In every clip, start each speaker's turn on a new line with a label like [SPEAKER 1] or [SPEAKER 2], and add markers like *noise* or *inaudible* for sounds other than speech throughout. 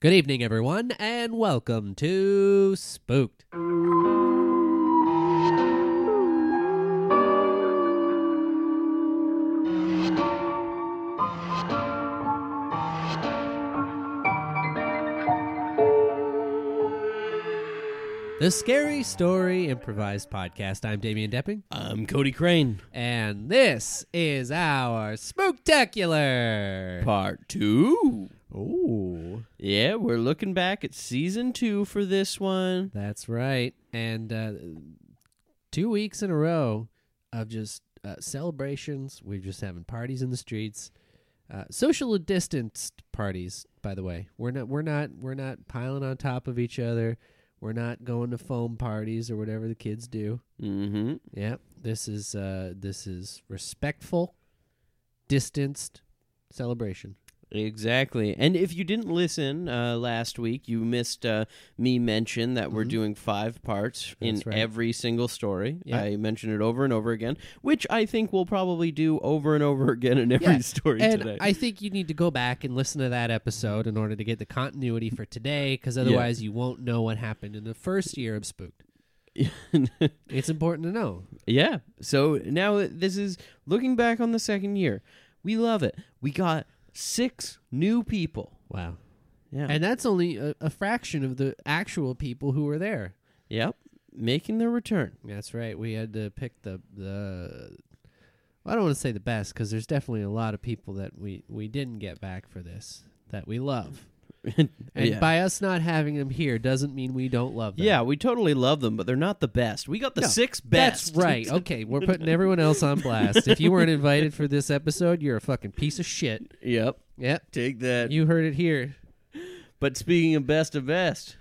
[SPEAKER 1] Good evening, everyone, and welcome to Spooked. The Scary Story Improvised Podcast. I'm Damian Depping,
[SPEAKER 2] I'm Cody Crane.
[SPEAKER 1] and this is our Spooktacular.
[SPEAKER 2] Part two.
[SPEAKER 1] Ooh.
[SPEAKER 2] Yeah, we're looking back at season two for this one.
[SPEAKER 1] That's right. And uh, two weeks in a row of just uh, celebrations. We're just having parties in the streets. Uh, social distanced parties, by the way. We're not. We're not. We're not piling on top of each other. We're not going to foam parties or whatever the kids do.
[SPEAKER 2] Mm-hmm.
[SPEAKER 1] Yeah, this is uh, this is respectful, distanced
[SPEAKER 2] *laughs*
[SPEAKER 1] celebration.
[SPEAKER 2] Exactly. And if you didn't listen uh, last week, you missed uh, me mention that we're
[SPEAKER 1] Mhm.
[SPEAKER 2] doing five parts
[SPEAKER 1] That's
[SPEAKER 2] in
[SPEAKER 1] right.
[SPEAKER 2] every single story.
[SPEAKER 1] Yeah.
[SPEAKER 2] I mentioned it over and over again, which I think we'll probably do over and over *laughs* again in every
[SPEAKER 1] Yeah.
[SPEAKER 2] story
[SPEAKER 1] And
[SPEAKER 2] today.
[SPEAKER 1] I think you need to go back and listen to that episode in order to get the continuity for today, because otherwise you won't know what happened in the first year of
[SPEAKER 2] *laughs*
[SPEAKER 1] Spooked. It's important to know.
[SPEAKER 2] Yeah. So now this is looking back on the second year. We love it. We got six new people.
[SPEAKER 1] Wow.
[SPEAKER 2] Yeah.
[SPEAKER 1] And that's only a, a fraction of the actual people who were there.
[SPEAKER 2] yep. Making their return.
[SPEAKER 1] That's right. We had to pick the the. Well, I don't want to say the best because there's definitely a lot of people that we we didn't get back for this that we
[SPEAKER 2] *laughs*
[SPEAKER 1] love.
[SPEAKER 2] and
[SPEAKER 1] *laughs* And
[SPEAKER 2] yeah.
[SPEAKER 1] by us not having them here doesn't mean we don't love them.
[SPEAKER 2] yeah, we totally love them, but they're not the best. We got the
[SPEAKER 1] No,
[SPEAKER 2] six best.
[SPEAKER 1] That's
[SPEAKER 2] *laughs*
[SPEAKER 1] right. Okay, we're putting everyone else on blast. If you weren't invited for this episode, you're a fucking piece of shit.
[SPEAKER 2] yep.
[SPEAKER 1] Yep.
[SPEAKER 2] Take that.
[SPEAKER 1] You heard it here.
[SPEAKER 2] but speaking of best of best,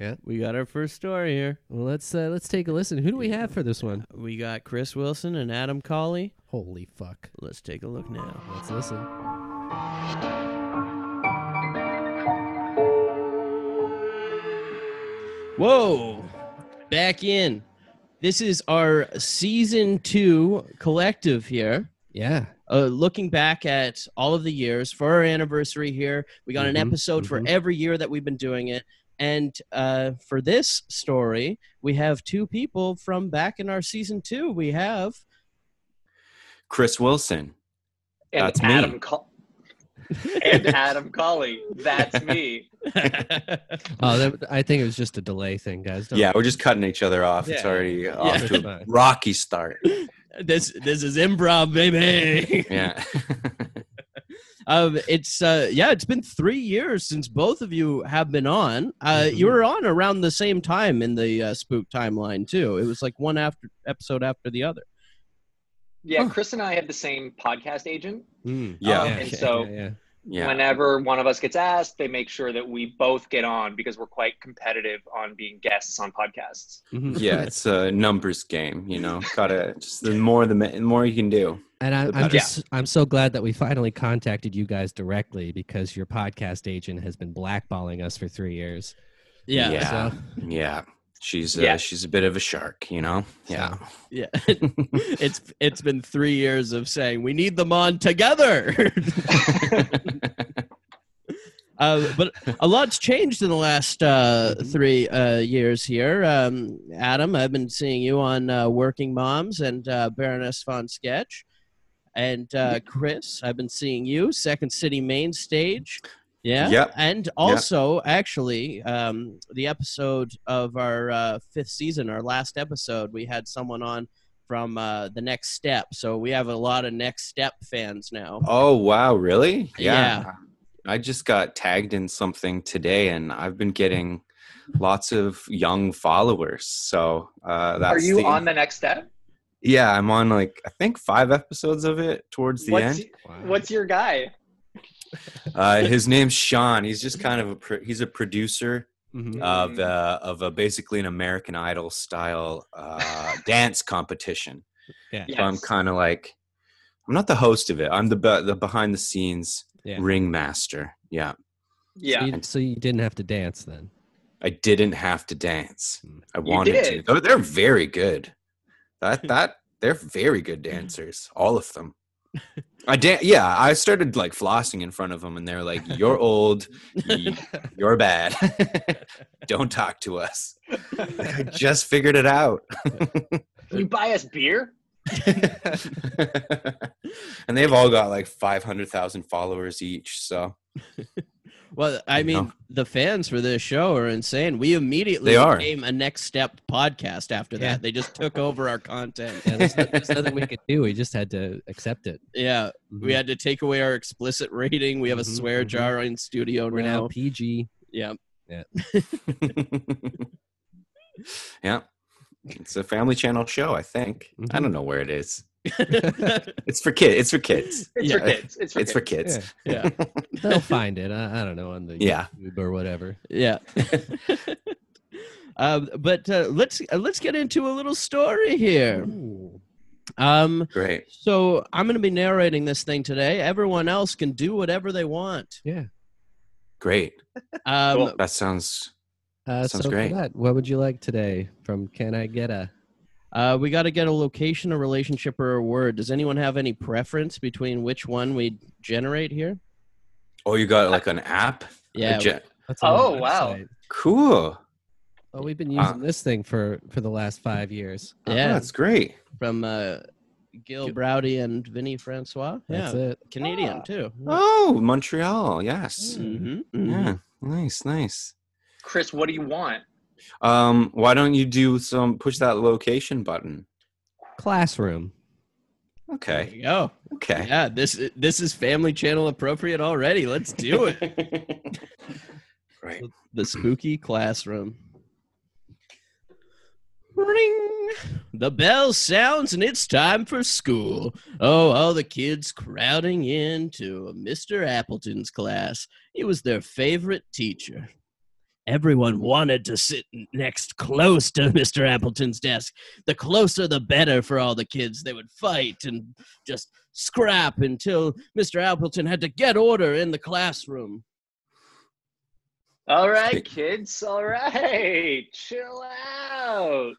[SPEAKER 1] Yeah.
[SPEAKER 2] we got our first story here.
[SPEAKER 1] Well, let's uh, let's take a listen. Who do we have for this one?
[SPEAKER 2] We got Chris Wilson and Adam Colley.
[SPEAKER 1] Holy fuck.
[SPEAKER 2] Let's take a look now.
[SPEAKER 1] Let's listen.
[SPEAKER 2] Whoa. Back in. This is our season two collective here.
[SPEAKER 1] Yeah.
[SPEAKER 2] Uh, looking back at all of the years for our anniversary here, we got an
[SPEAKER 1] Mhm,
[SPEAKER 2] episode for
[SPEAKER 1] mhm.
[SPEAKER 2] every year that we've been doing it. And uh, for this story, we have two people from back in our season two. We have
[SPEAKER 3] Chris Wilson.
[SPEAKER 4] and
[SPEAKER 3] That's me.
[SPEAKER 4] Adam Col-
[SPEAKER 3] *laughs*
[SPEAKER 4] and Adam Colley. That's me.
[SPEAKER 1] Oh, that, I think it was just a delay thing, guys. Don't
[SPEAKER 3] Yeah, we're just cutting each other off. It's
[SPEAKER 2] Yeah.
[SPEAKER 3] already off
[SPEAKER 1] It's
[SPEAKER 3] to a
[SPEAKER 1] fine.
[SPEAKER 4] *laughs*
[SPEAKER 3] rocky start.
[SPEAKER 2] this. This is improv, baby.
[SPEAKER 3] *laughs* Yeah.
[SPEAKER 2] *laughs* Um, it's uh, yeah, it's been three years since both of you have been on. Uh,
[SPEAKER 3] Mm-hmm.
[SPEAKER 2] you were on around the same time in the uh, spook timeline too. It was like one after episode after the other.
[SPEAKER 4] Yeah,
[SPEAKER 2] Huh.
[SPEAKER 4] Chris and I have the same podcast agent.
[SPEAKER 3] Hmm.
[SPEAKER 1] Mm.
[SPEAKER 3] Yeah.
[SPEAKER 4] Um, and so
[SPEAKER 1] yeah, yeah.
[SPEAKER 3] Yeah.
[SPEAKER 4] whenever one of us gets asked, they make sure that we both get on because we're quite competitive on being guests on podcasts.
[SPEAKER 1] *laughs* Mhm.
[SPEAKER 3] Yeah, *laughs* it's a numbers game, you know. Gotta just the more the ma- more you can do.
[SPEAKER 1] And
[SPEAKER 3] The
[SPEAKER 1] I, I'm
[SPEAKER 3] better.
[SPEAKER 1] just I'm so glad that we finally contacted you guys directly because your podcast agent has been blackballing us for three years.
[SPEAKER 2] Yeah,
[SPEAKER 3] Yeah.
[SPEAKER 1] So,
[SPEAKER 3] Yeah. She's uh,
[SPEAKER 4] Yeah.
[SPEAKER 3] she's a bit of a shark, you know. Yeah.
[SPEAKER 2] yeah. *laughs* it's it's been three years of saying we need them on together. *laughs* Uh, but a lot's changed in the last uh,
[SPEAKER 3] Mm-hmm.
[SPEAKER 2] three uh, years here. Um, Adam, I've been seeing you on uh, Working Moms and uh, Baroness von Sketch. And uh, Chris, I've been seeing you, Second City Main Stage. Yeah.
[SPEAKER 3] Yep.
[SPEAKER 2] And also, actually, um, the episode of our uh, fifth season, our last episode, we had someone on from uh, The Next Step. So we have a lot of Next Step fans now.
[SPEAKER 3] oh wow, really?
[SPEAKER 2] Yeah.
[SPEAKER 3] I just got tagged in something today and I've been getting lots of young followers. So uh that's
[SPEAKER 4] Are you
[SPEAKER 3] the-
[SPEAKER 4] on the next step?
[SPEAKER 3] Yeah, I'm on like I think five episodes of it towards the
[SPEAKER 4] What's,
[SPEAKER 3] end.
[SPEAKER 4] what's your guy?
[SPEAKER 3] *laughs* Uh, his name's Sean. He's just kind of a pro- he's a producer
[SPEAKER 1] Mhm.
[SPEAKER 3] of uh, of a basically an American Idol style
[SPEAKER 1] *laughs*
[SPEAKER 3] uh, dance competition.
[SPEAKER 1] Yeah.
[SPEAKER 3] So I'm kind of like I'm not the host of it. I'm the be- the behind the scenes
[SPEAKER 1] Yeah.
[SPEAKER 3] ringmaster. Yeah,
[SPEAKER 4] yeah.
[SPEAKER 1] So, you, so you didn't have to dance then.
[SPEAKER 3] I didn't have to dance. I
[SPEAKER 4] Mm. You
[SPEAKER 3] wanted to.
[SPEAKER 4] did. Hmm. Mm-hmm. *laughs*
[SPEAKER 3] They're, they're very good. That that they're very good dancers. All of them.
[SPEAKER 5] I da- yeah, I started like flossing in front of them, and they're like, "You're
[SPEAKER 4] *laughs*
[SPEAKER 5] old, y- you're bad. *laughs* Don't talk to us."
[SPEAKER 4] *laughs*
[SPEAKER 5] Like, I just figured it out. *laughs*
[SPEAKER 4] Can you buy us beer?
[SPEAKER 5] and they've all got like 500,000 followers each. So
[SPEAKER 2] Well, I
[SPEAKER 5] You know?
[SPEAKER 2] mean, the fans for this show are insane. We immediately
[SPEAKER 5] They are.
[SPEAKER 2] became a next step podcast after
[SPEAKER 1] Yeah.
[SPEAKER 2] that. They just took over our content.
[SPEAKER 1] *laughs* Yeah, there's, no- there's nothing we could do. We just had to accept it.
[SPEAKER 2] *laughs* Yeah, we
[SPEAKER 1] Mhm.
[SPEAKER 2] had to take away our explicit rating. We have a
[SPEAKER 1] Mhm,
[SPEAKER 2] swear
[SPEAKER 1] mhm.
[SPEAKER 2] jar in studio
[SPEAKER 1] We're
[SPEAKER 2] now.
[SPEAKER 1] now PG.
[SPEAKER 2] Yeah. *laughs*
[SPEAKER 5] yeah, it's a family channel show, I think. I
[SPEAKER 1] Mhm.
[SPEAKER 5] don't know where it
[SPEAKER 1] *laughs*
[SPEAKER 5] is. It's for kids. It's for kids.
[SPEAKER 4] *laughs* It's for
[SPEAKER 5] Yeah.
[SPEAKER 4] kids. It's for
[SPEAKER 5] It's for
[SPEAKER 4] kids.
[SPEAKER 5] kids.
[SPEAKER 2] yeah.
[SPEAKER 5] *laughs*
[SPEAKER 1] They'll find it. I, I don't know on the
[SPEAKER 5] Yeah.
[SPEAKER 1] YouTube or whatever.
[SPEAKER 5] *laughs*
[SPEAKER 2] Yeah. *laughs* um, but uh, let's uh, let's get into a little story here. Um,
[SPEAKER 5] Great.
[SPEAKER 2] so I'm going to be narrating this thing today. Everyone else can do whatever they want.
[SPEAKER 1] Yeah.
[SPEAKER 5] Great.
[SPEAKER 2] Um,
[SPEAKER 4] Cool.
[SPEAKER 5] That sounds
[SPEAKER 1] Uh,
[SPEAKER 5] Sounds
[SPEAKER 1] so for
[SPEAKER 5] great.
[SPEAKER 1] that, what would you like today from Can I Get a?
[SPEAKER 2] uh, we got to get a location, a relationship, or a word. Does anyone have any preference between which one we generate here?
[SPEAKER 5] Oh, you got like an app?
[SPEAKER 2] Yeah.
[SPEAKER 5] A gen-
[SPEAKER 1] That's on the
[SPEAKER 4] Oh, wow.
[SPEAKER 1] website.
[SPEAKER 5] cool.
[SPEAKER 1] Well, we've been using this thing for for the last five years.
[SPEAKER 5] Uh. Oh,
[SPEAKER 2] Yeah.
[SPEAKER 5] that's great.
[SPEAKER 2] From uh, Gil
[SPEAKER 1] Gil-
[SPEAKER 2] Browdy and Vinny Francois.
[SPEAKER 1] That's
[SPEAKER 2] yeah.
[SPEAKER 1] it.
[SPEAKER 2] Canadian
[SPEAKER 4] Ah.
[SPEAKER 2] too.
[SPEAKER 5] Oh, Montreal. Yes.
[SPEAKER 4] Mm-hmm,
[SPEAKER 2] Mhm, mhm.
[SPEAKER 5] Yeah. Nice. Nice.
[SPEAKER 4] Chris, what do you want?
[SPEAKER 5] Um, why don't you do some push that location button?
[SPEAKER 1] Classroom.
[SPEAKER 2] There
[SPEAKER 5] Okay.
[SPEAKER 2] you go.
[SPEAKER 5] Okay.
[SPEAKER 2] Yeah, this this is Family Channel appropriate already. Let's do it.
[SPEAKER 5] right.
[SPEAKER 2] the spooky classroom. Ring. The bell sounds and it's time for school. Oh, all the kids crowding into Mr. Appleton's class. He was their favorite teacher. Everyone wanted to sit next close to *laughs* Mr. Appleton's desk. The closer the better for all the kids. They would fight and just scrap until Mr. Appleton had to get order in the classroom.
[SPEAKER 4] All right,
[SPEAKER 5] Sweet.
[SPEAKER 4] kids. All right. Chill out.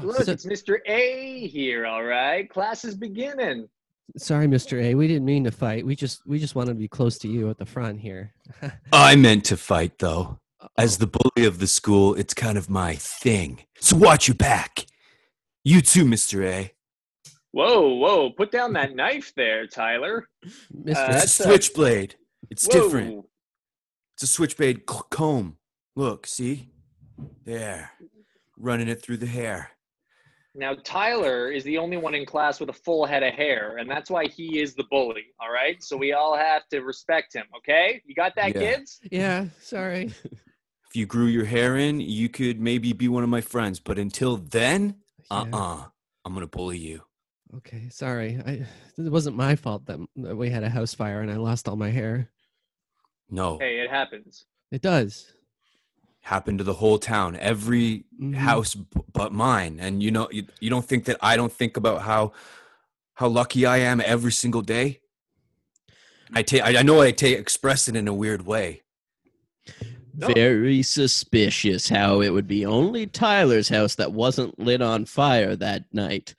[SPEAKER 4] Look,
[SPEAKER 1] So-
[SPEAKER 4] it's Mr. A here, all right? Class is beginning.
[SPEAKER 1] sorry, Mr. A. We didn't mean to fight. We just we just wanted to be close to you at the front here. *laughs*
[SPEAKER 3] I meant to fight, though. As the bully of the school, it's kind of my thing. So watch your back. You too, Mr.
[SPEAKER 4] Uh,
[SPEAKER 3] A.
[SPEAKER 4] Whoa, whoa, put down that knife there, Tyler.
[SPEAKER 1] Mr.
[SPEAKER 4] Uh,
[SPEAKER 3] It's a
[SPEAKER 4] That's a-
[SPEAKER 3] switchblade. It's
[SPEAKER 4] whoa.
[SPEAKER 3] different. It's a switchblade c- comb. Look, see? There. Running it through the hair.
[SPEAKER 4] Now, Tyler is the only one in class with a full head of hair, and that's why he is the bully, all right? So we all have to respect him, okay? You got that,
[SPEAKER 3] Yeah.
[SPEAKER 4] kids?
[SPEAKER 1] yeah, sorry.
[SPEAKER 3] If you grew your hair in, you could maybe be one of my friends. But until then,
[SPEAKER 1] Yeah,
[SPEAKER 3] uh uh-uh. uh. i am going to bully you.
[SPEAKER 1] Okay, sorry. I it wasn't my fault that, that we had a house fire and I lost all my hair.
[SPEAKER 3] No.
[SPEAKER 4] Hey, it happens.
[SPEAKER 1] It does.
[SPEAKER 3] Happened to the whole town. Every
[SPEAKER 1] Mhm.
[SPEAKER 3] house b- but mine and you know you, you don't think that i don't think about how how lucky i am every single day i take i I know i take express it in a weird way
[SPEAKER 2] Very suspicious how it would be only Tyler's house that wasn't lit on fire that night.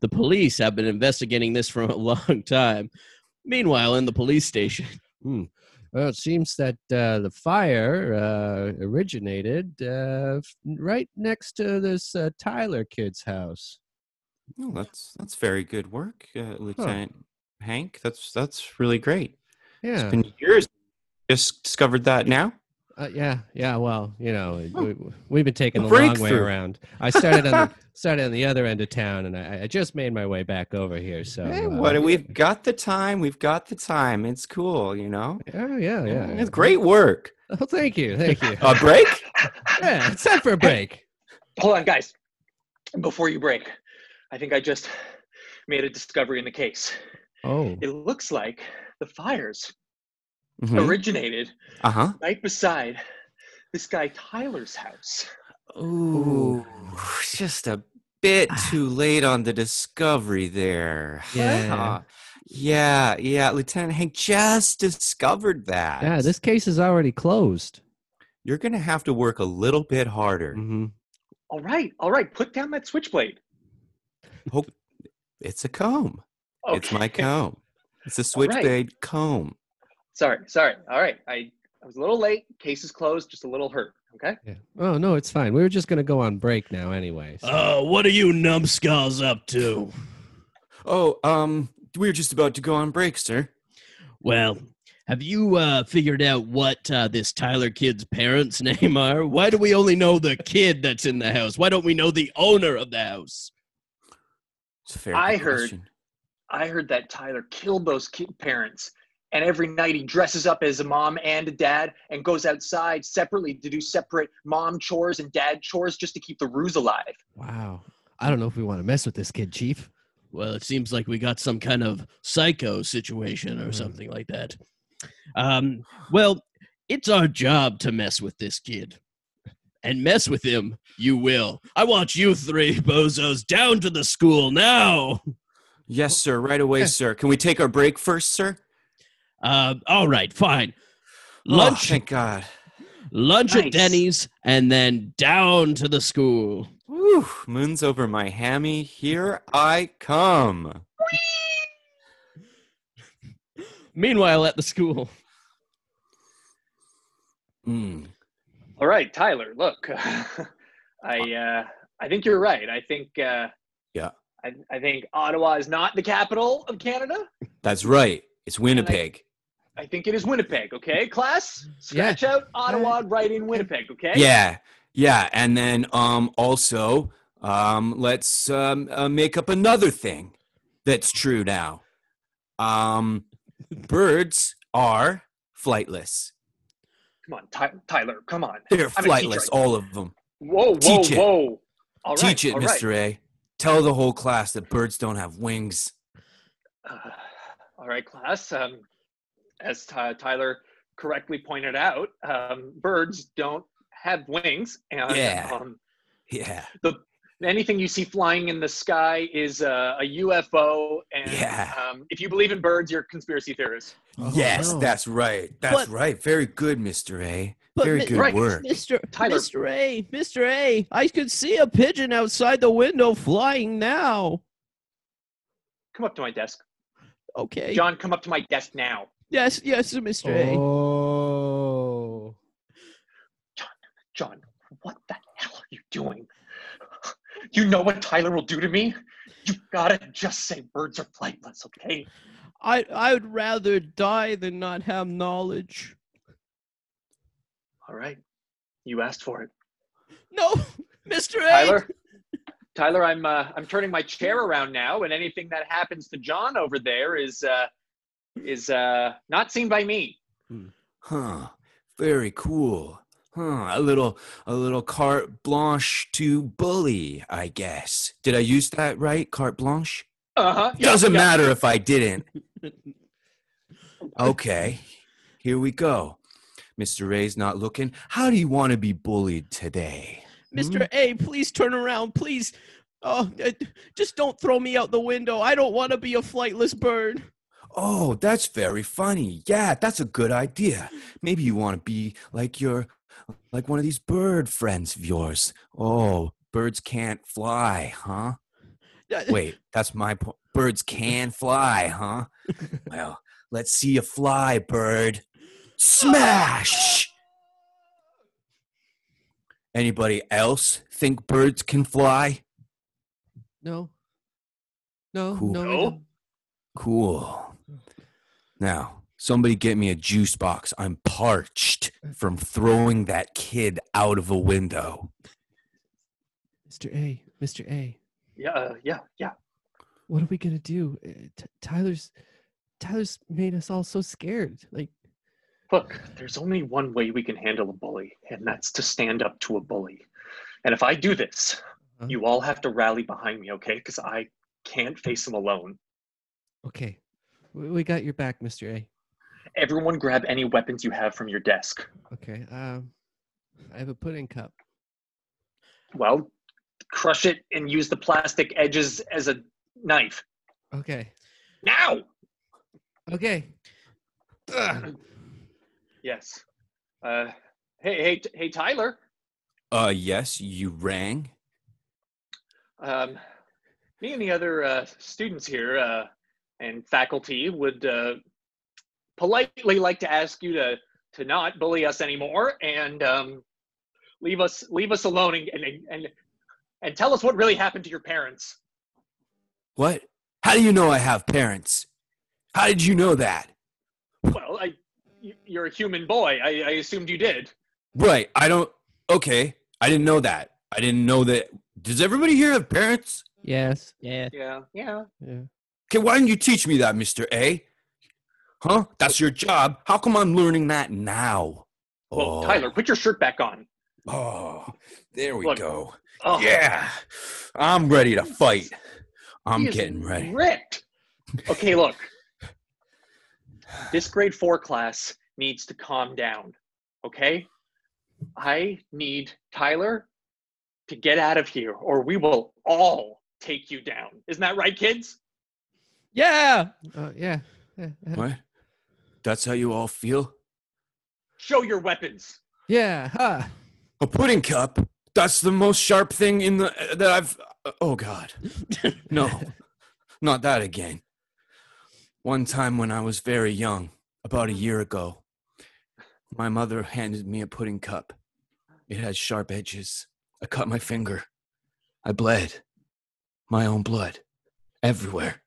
[SPEAKER 2] The police have been investigating this for a *laughs* long time. Meanwhile, in the police station,
[SPEAKER 1] Hmm. Well, it seems that uh, the fire uh, originated uh, f- right next to this uh, Tyler kid's house.
[SPEAKER 5] No, that's that's very good work, uh, Lieutenant Hank. That's that's really great.
[SPEAKER 1] Yeah,
[SPEAKER 5] It's been years. Just discovered that now.
[SPEAKER 1] uh, yeah, yeah. Well, you know, it- we, we've been taking
[SPEAKER 5] A
[SPEAKER 1] the long way
[SPEAKER 5] breakthrough.
[SPEAKER 1] around. I started on the, started on the other end of town, and I, I just made my way back over here. So,
[SPEAKER 5] hey,
[SPEAKER 1] uh,
[SPEAKER 5] what we've got the time. We've got the time. It's cool, you know.
[SPEAKER 1] Oh yeah, yeah. yeah.
[SPEAKER 5] It's great
[SPEAKER 1] *laughs*
[SPEAKER 5] work.
[SPEAKER 1] Oh, thank you, thank you.
[SPEAKER 5] A break?
[SPEAKER 1] *laughs* yeah, it's time for a break.
[SPEAKER 4] *laughs* Hold on, guys. Before you break, I think I just made a discovery in the case.
[SPEAKER 1] Oh,
[SPEAKER 4] It looks like the fires
[SPEAKER 2] Mm-hmm.
[SPEAKER 6] Mm-hmm.
[SPEAKER 5] Mhm.
[SPEAKER 4] originated
[SPEAKER 5] Uh huh.
[SPEAKER 4] right beside this guy Tyler's house.
[SPEAKER 5] Ooh, just a bit too late on the discovery there.
[SPEAKER 1] Yeah.
[SPEAKER 5] Huh. Yeah, yeah, Lieutenant Hank just discovered that.
[SPEAKER 1] yeah. This case is already closed.
[SPEAKER 5] You're going to have to work a little bit harder.
[SPEAKER 1] Mm-hmm.
[SPEAKER 4] All right, all right, put down that switchblade.
[SPEAKER 5] It's a comb. It's my
[SPEAKER 4] Okay.
[SPEAKER 5] comb.
[SPEAKER 3] It's a
[SPEAKER 4] right.
[SPEAKER 3] switchblade comb.
[SPEAKER 4] Sorry, sorry. All right, I, I was a little late. Case is closed. Just a little hurt. Okay.
[SPEAKER 1] Yeah. Oh no, it's fine. We were just gonna go on break now anyway. so-
[SPEAKER 3] Uh,
[SPEAKER 2] Oh, what are you numbskulls up to?
[SPEAKER 3] Oh, um, we were just about to go on break, sir.
[SPEAKER 2] Well, have you uh, figured out what uh, this Tyler kid's parents' *laughs* name are? Why do we only know the kid that's in the house? Why don't we know the owner of the house?
[SPEAKER 3] It's a fair
[SPEAKER 4] I heard-
[SPEAKER 3] question.
[SPEAKER 4] I heard that Tyler killed those kid parents, and every night he dresses up as a mom and a dad and goes outside separately to do separate mom chores and dad chores just to keep the ruse alive.
[SPEAKER 1] Wow. I don't know if we want to mess with this kid, Chief.
[SPEAKER 2] Well, it seems like we got some kind of psycho situation or
[SPEAKER 1] Hmm.
[SPEAKER 2] something like that. Um, well, it's our job to mess with this kid. And mess with him, you will. I want you three bozos down to the school now.
[SPEAKER 3] Yes, sir. Right away,
[SPEAKER 1] Yeah.
[SPEAKER 3] sir. Can we take our break first, sir?
[SPEAKER 2] Uh, all right, fine.
[SPEAKER 3] Oh,
[SPEAKER 2] Lunch,
[SPEAKER 3] thank *sighs* God.
[SPEAKER 2] lunch at
[SPEAKER 4] Nice.
[SPEAKER 2] Denny's, and then down to the school.
[SPEAKER 3] Whew, moon's over my hammy. Here I come.
[SPEAKER 2] *laughs* Meanwhile, at the school,
[SPEAKER 3] Mm.
[SPEAKER 4] All right, Tyler. Look, *laughs* I uh, I think you're right. I think uh,
[SPEAKER 3] Yeah.
[SPEAKER 4] I, I think Ottawa is not the capital of Canada.
[SPEAKER 3] That's right. It's Winnipeg.
[SPEAKER 4] I think it is Winnipeg. Okay,
[SPEAKER 3] *laughs*
[SPEAKER 4] class. Scratch out Ottawa, right in Winnipeg. Okay.
[SPEAKER 3] Yeah, yeah. And then um, also, um, let's um, uh, make up another thing that's true now. Um, birds are flightless.
[SPEAKER 4] Come on, Ty- Tyler. Come on.
[SPEAKER 3] They're
[SPEAKER 4] I'm a teacher.
[SPEAKER 3] flightless, all of them.
[SPEAKER 4] Whoa, whoa,
[SPEAKER 3] Teach it.
[SPEAKER 4] whoa. All right,
[SPEAKER 3] Teach it,
[SPEAKER 4] all right.
[SPEAKER 3] Mr. A. Tell the whole class that birds don't have wings.
[SPEAKER 4] Uh, all right, class. Um, as Ty Tyler correctly pointed out, um, birds don't have wings, and
[SPEAKER 3] Yeah.
[SPEAKER 4] um,
[SPEAKER 3] Yeah,
[SPEAKER 4] anything you see flying in the sky is uh, a UFO. And
[SPEAKER 3] Yeah.
[SPEAKER 4] um, if you believe in birds, you're a conspiracy theorist.
[SPEAKER 1] Oh,
[SPEAKER 3] yes,
[SPEAKER 1] no.
[SPEAKER 3] that's right. That's
[SPEAKER 2] But-
[SPEAKER 3] right. Very good, Mr. A.
[SPEAKER 2] But
[SPEAKER 3] Very
[SPEAKER 2] mi-
[SPEAKER 3] good
[SPEAKER 4] right.
[SPEAKER 3] work.
[SPEAKER 2] Mister
[SPEAKER 4] Tyler.
[SPEAKER 2] Mister A, Mister A, I could see a pigeon outside the window flying now.
[SPEAKER 4] Come up to my desk,
[SPEAKER 2] Okay.
[SPEAKER 4] John. Come up to my desk now.
[SPEAKER 2] Yes, yes, Mister A.
[SPEAKER 1] Oh.
[SPEAKER 4] John, what the hell are you doing? *laughs* You know what Tyler will do to me? You gotta just say birds are flightless, okay?
[SPEAKER 2] I I would rather die than not have knowledge.
[SPEAKER 4] All right. You asked for it.
[SPEAKER 2] No, *laughs* Mister A.
[SPEAKER 4] Tyler? Tyler, I'm uh, I'm turning my chair around now, and anything that happens to John over there is uh, is uh, not seen by me.
[SPEAKER 3] Huh. Very cool. Huh. A little a little carte blanche to bully, I guess. Did I use that right? Carte blanche?
[SPEAKER 4] Uh huh.
[SPEAKER 3] Doesn't matter
[SPEAKER 2] *laughs*
[SPEAKER 3] if I didn't. Okay. Here we go. Mr. Ray's not looking. How do you want to be bullied today?
[SPEAKER 2] Mr. A, please turn around, please. Oh, uh, just don't throw me out the window. I don't want to be a flightless bird.
[SPEAKER 3] Oh, that's very funny. Yeah, that's a good idea. Maybe you want to be like your like one of these bird friends of yours. Oh, birds can't fly, huh?
[SPEAKER 2] Uh,
[SPEAKER 3] Wait, that's my point. Birds can fly, huh? Well, let's see you fly, bird. Smash! Anybody else think birds can fly?
[SPEAKER 1] No. No.
[SPEAKER 3] Cool.
[SPEAKER 1] No. we
[SPEAKER 4] No?
[SPEAKER 1] don't.
[SPEAKER 3] Cool. Now, somebody get me a juice box. I'm parched from throwing that kid out of a window.
[SPEAKER 1] Mr. A. Mr. A.
[SPEAKER 4] Yeah, uh, yeah, yeah.
[SPEAKER 1] What are we gonna do? Uh, T- Tyler's. Tyler's made us all so scared. Like,
[SPEAKER 4] Look, there's only one way we can handle a bully, and that's to stand up to a bully. And if I do this,
[SPEAKER 1] Huh?
[SPEAKER 4] you all have to rally behind me, okay? Because I can't face him alone.
[SPEAKER 1] okay, we, we got your back, Mr. A.
[SPEAKER 4] Everyone grab any weapons you have from your desk.
[SPEAKER 1] Okay. Um, I have a pudding cup.
[SPEAKER 4] Well, crush it and use the plastic edges as a knife.
[SPEAKER 1] Okay.
[SPEAKER 4] Now!
[SPEAKER 1] Okay. Ugh.
[SPEAKER 4] Yes. Uh, hey, hey, t- hey, Tyler.
[SPEAKER 3] Uh, yes, you rang.
[SPEAKER 4] Um, me and the other uh, students here, uh, and faculty would uh, politely like to ask you to to not bully us anymore and um, leave us leave us alone and, and and and tell us what really happened to your parents.
[SPEAKER 3] What? How do you know I have parents? How did you know that?
[SPEAKER 4] Well, I you- you're a human boy. I, I assumed you did.
[SPEAKER 3] Right. I don't. Okay. I didn't know that. I didn't know that. Does everybody here have parents?
[SPEAKER 1] Yes.
[SPEAKER 2] Yeah.
[SPEAKER 4] Yeah, yeah.
[SPEAKER 1] Yeah.
[SPEAKER 3] Okay. Why didn't you teach me that, Mr. A? Huh? That's your job. How come I'm learning that now?
[SPEAKER 4] Well, Tyler, put your shirt back on.
[SPEAKER 3] Oh, there we
[SPEAKER 4] Look.
[SPEAKER 3] go.
[SPEAKER 4] Oh,
[SPEAKER 3] Yeah. I'm ready to fight. I'm
[SPEAKER 4] he is *laughs*
[SPEAKER 3] getting ready.
[SPEAKER 4] Ripped. Okay, look. This grade four class needs to calm down. Okay? I need Tyler to get out of here, or we will all take you down. Isn't that right, kids?
[SPEAKER 2] Yeah.
[SPEAKER 1] Uh, yeah. Yeah.
[SPEAKER 3] What? That's how you all feel?
[SPEAKER 4] Show your weapons.
[SPEAKER 1] Yeah. Ha.
[SPEAKER 3] A pudding cup? That's the most sharp thing in the that I've. Oh God, no, *laughs* not that again. One time when I was very young, about a year ago, my mother handed me a pudding cup. It had sharp edges. I cut my finger. I bled. My own blood, everywhere.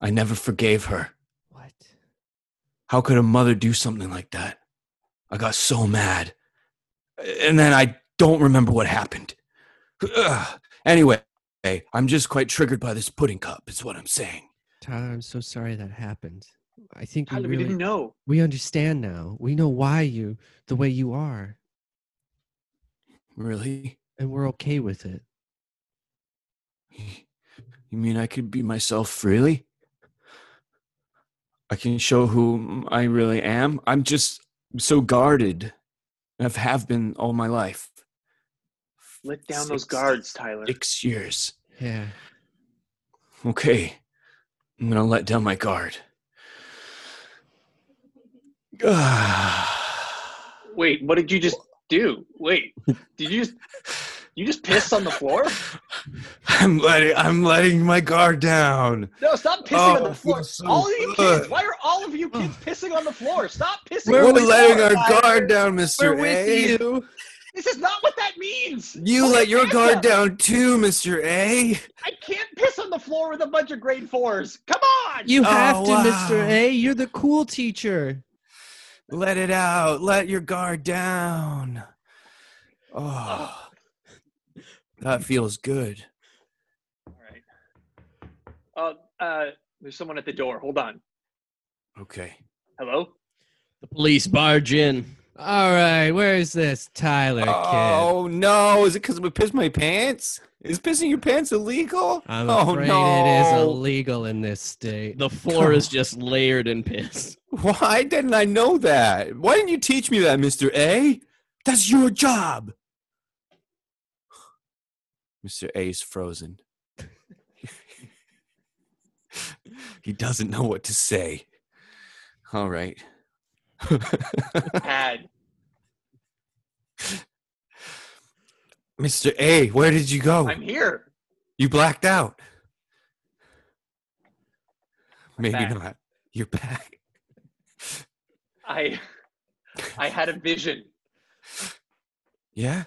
[SPEAKER 3] I never forgave her.
[SPEAKER 1] What?
[SPEAKER 3] How could a mother do something like that? I got so mad. And then I don't remember what happened. Ugh.
[SPEAKER 2] Mm-hmm.
[SPEAKER 3] Anyway, I'm just quite triggered by this pudding cup, is what I'm saying.
[SPEAKER 1] Tyler, I'm so sorry that happened. I think we
[SPEAKER 4] Tyler,
[SPEAKER 1] really
[SPEAKER 4] we didn't know.
[SPEAKER 1] we understand now. We know why you the way you are,
[SPEAKER 3] Really?
[SPEAKER 1] and we're okay with it.
[SPEAKER 3] You mean I could be myself freely? I can show who I really am? I'm just so guarded. I have been all my life.
[SPEAKER 4] Let down those
[SPEAKER 3] Six-
[SPEAKER 4] guards, Tyler.
[SPEAKER 3] Six years.
[SPEAKER 1] Yeah.
[SPEAKER 3] Okay. I'm going to let down my guard. *sighs* Ah.
[SPEAKER 4] Wait, what did you just do? Wait, did you just you just piss on the
[SPEAKER 3] *laughs*
[SPEAKER 4] floor?
[SPEAKER 3] I'm letting I'm letting my guard down.
[SPEAKER 4] *laughs* No, stop pissing
[SPEAKER 3] Oh,
[SPEAKER 4] on
[SPEAKER 3] I
[SPEAKER 4] the floor.
[SPEAKER 3] feel so
[SPEAKER 4] all of you
[SPEAKER 3] good.
[SPEAKER 4] kids, why are all of you
[SPEAKER 7] Oh.
[SPEAKER 4] kids pissing on the floor? Stop pissing
[SPEAKER 3] We're
[SPEAKER 4] on the
[SPEAKER 3] letting
[SPEAKER 4] floor.
[SPEAKER 3] our guard down, Mr. A.
[SPEAKER 2] you.
[SPEAKER 4] This is not what that means.
[SPEAKER 3] You
[SPEAKER 4] Put
[SPEAKER 3] let
[SPEAKER 4] it
[SPEAKER 3] your
[SPEAKER 4] back
[SPEAKER 3] guard
[SPEAKER 4] up.
[SPEAKER 3] down too, Mr. A.
[SPEAKER 4] I can't piss on the floor with a bunch of grade fours. Come on.
[SPEAKER 1] You
[SPEAKER 3] Oh,
[SPEAKER 1] have to, Mr.
[SPEAKER 3] wow.
[SPEAKER 1] A. You're the cool teacher.
[SPEAKER 3] Let it out. Let your guard down. Oh. That feels good.
[SPEAKER 4] all right. Uh, uh, there's someone at the door. Hold on.
[SPEAKER 3] Okay.
[SPEAKER 4] Hello.
[SPEAKER 2] The police barge in.
[SPEAKER 1] All right, where is this Tyler kid?
[SPEAKER 3] Oh no, is it cuz I pissed my pants? Is pissing your pants illegal?
[SPEAKER 1] I'm
[SPEAKER 3] oh
[SPEAKER 1] afraid it is
[SPEAKER 3] no.
[SPEAKER 1] illegal in this state.
[SPEAKER 2] The floor is just layered in piss.
[SPEAKER 3] Why didn't I know that? Why didn't you teach me that, Mr. A? That's your job. Mr. A's frozen. *laughs* he doesn't know what to say. All right. *laughs*
[SPEAKER 4] Ad.
[SPEAKER 3] Mr. A, where did you go?
[SPEAKER 4] I'm here.
[SPEAKER 3] You blacked out. Maybe
[SPEAKER 4] back.
[SPEAKER 3] not. You're back.
[SPEAKER 4] I. I had a vision.
[SPEAKER 3] Yeah?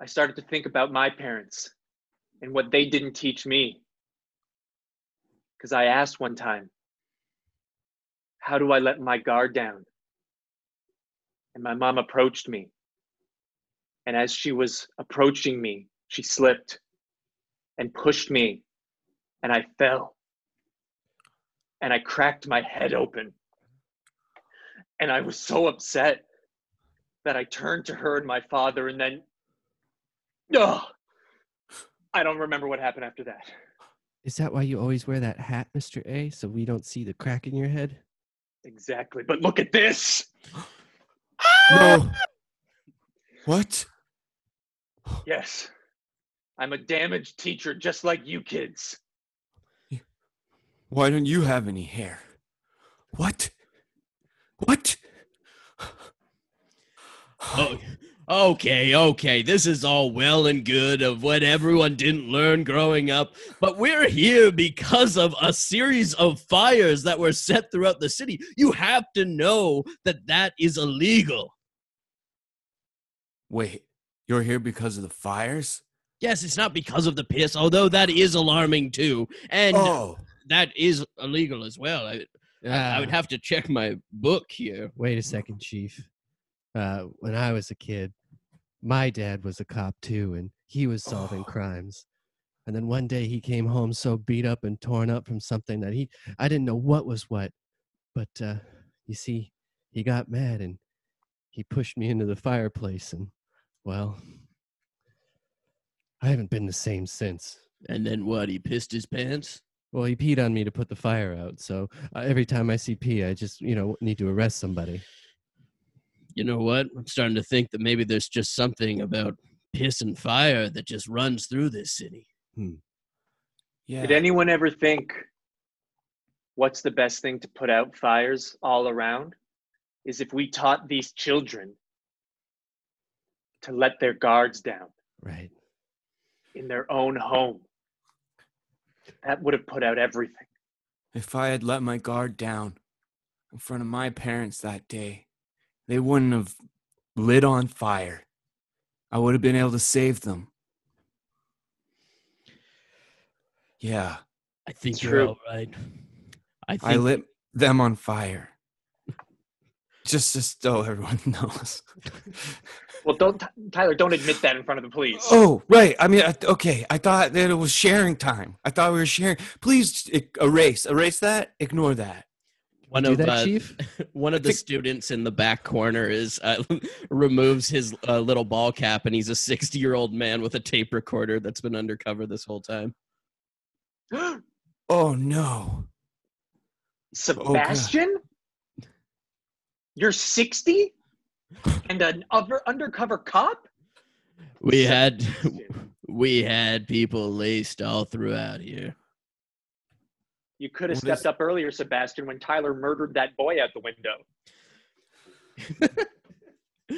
[SPEAKER 4] I started to think about my parents and what they didn't teach me. Because I asked one time, How do I let my guard down? And my mom approached me. And as she was approaching me, she slipped and pushed me, and I fell. And I cracked my head open. And I was so upset that I turned to her and my father, and then no. I don't remember what happened after that.
[SPEAKER 1] Is that why you always wear that hat, Mr. A, so we don't see the crack in your head?
[SPEAKER 4] Exactly. But look at this.
[SPEAKER 3] *gasps* No. What?
[SPEAKER 4] Yes. I'm a damaged teacher just like you kids.
[SPEAKER 3] Why don't you have any hair? What? What?
[SPEAKER 2] Oh, okay, okay, this is all well and good of what everyone didn't learn growing up, but we're here because of a series of fires that were set throughout the city. You have to know that that is illegal.
[SPEAKER 3] Wait, you're here because of the fires?
[SPEAKER 2] Yes, it's not because of the piss, although that is alarming too, and
[SPEAKER 3] oh,
[SPEAKER 2] that is illegal as well. I, I- I would
[SPEAKER 1] Ah.
[SPEAKER 2] have to check my book here.
[SPEAKER 1] Wait a second, Chief. Uh, when I was a kid, my dad was a cop too, and he was solving
[SPEAKER 2] *sighs*
[SPEAKER 3] Oh.
[SPEAKER 1] crimes. And then one day he came home so beat up and torn up from something that he I didn't know what was what. But uh, you see, he got mad and he pushed me into the fireplace, and well, I haven't been the same since.
[SPEAKER 2] And then what? He pissed his pants?
[SPEAKER 1] Well, he peed on me to put the fire out, so uh, every time I see pee, I just you know need to arrest somebody.
[SPEAKER 2] You know what? I'm starting to think that maybe there's just something about piss and fire that just runs through this city.
[SPEAKER 3] yeah.
[SPEAKER 4] Did anyone ever think what's the best thing to put out fires all around? Is if we taught these children to let their guards down
[SPEAKER 1] Right.
[SPEAKER 4] in their own home. That would have put out everything.
[SPEAKER 3] If I had let my guard down in front of my parents that day, they wouldn't have lit on fire. I would have been able to save them. Yeah,
[SPEAKER 2] I think
[SPEAKER 4] It's
[SPEAKER 2] you're
[SPEAKER 4] true.
[SPEAKER 2] all right. I think
[SPEAKER 3] I lit them on fire. Just, just so everyone *laughs* knows.
[SPEAKER 4] Well, don't Tyler, don't admit that in front of the police.
[SPEAKER 3] Oh, right. I mean, I- okay. I thought that it was sharing time. I thought we were sharing. Please e- erase, erase that. Ignore that.
[SPEAKER 2] one
[SPEAKER 1] Do
[SPEAKER 2] of
[SPEAKER 1] that,
[SPEAKER 2] uh,
[SPEAKER 1] Chief?
[SPEAKER 2] *laughs* one of the
[SPEAKER 3] think-
[SPEAKER 2] students in the back corner is uh, *laughs* removes his uh, little ball cap, and he's a 60 year old man with a tape recorder that's been undercover this whole time.
[SPEAKER 3] *gasps* Oh no. oh,
[SPEAKER 4] Sebastian? You're 60? And an upper, undercover cop?
[SPEAKER 2] We had *laughs* we had people laced all throughout here.
[SPEAKER 4] You could have
[SPEAKER 3] What
[SPEAKER 4] stepped
[SPEAKER 3] is-
[SPEAKER 4] up earlier, Sebastian, when Tyler murdered that boy out the window.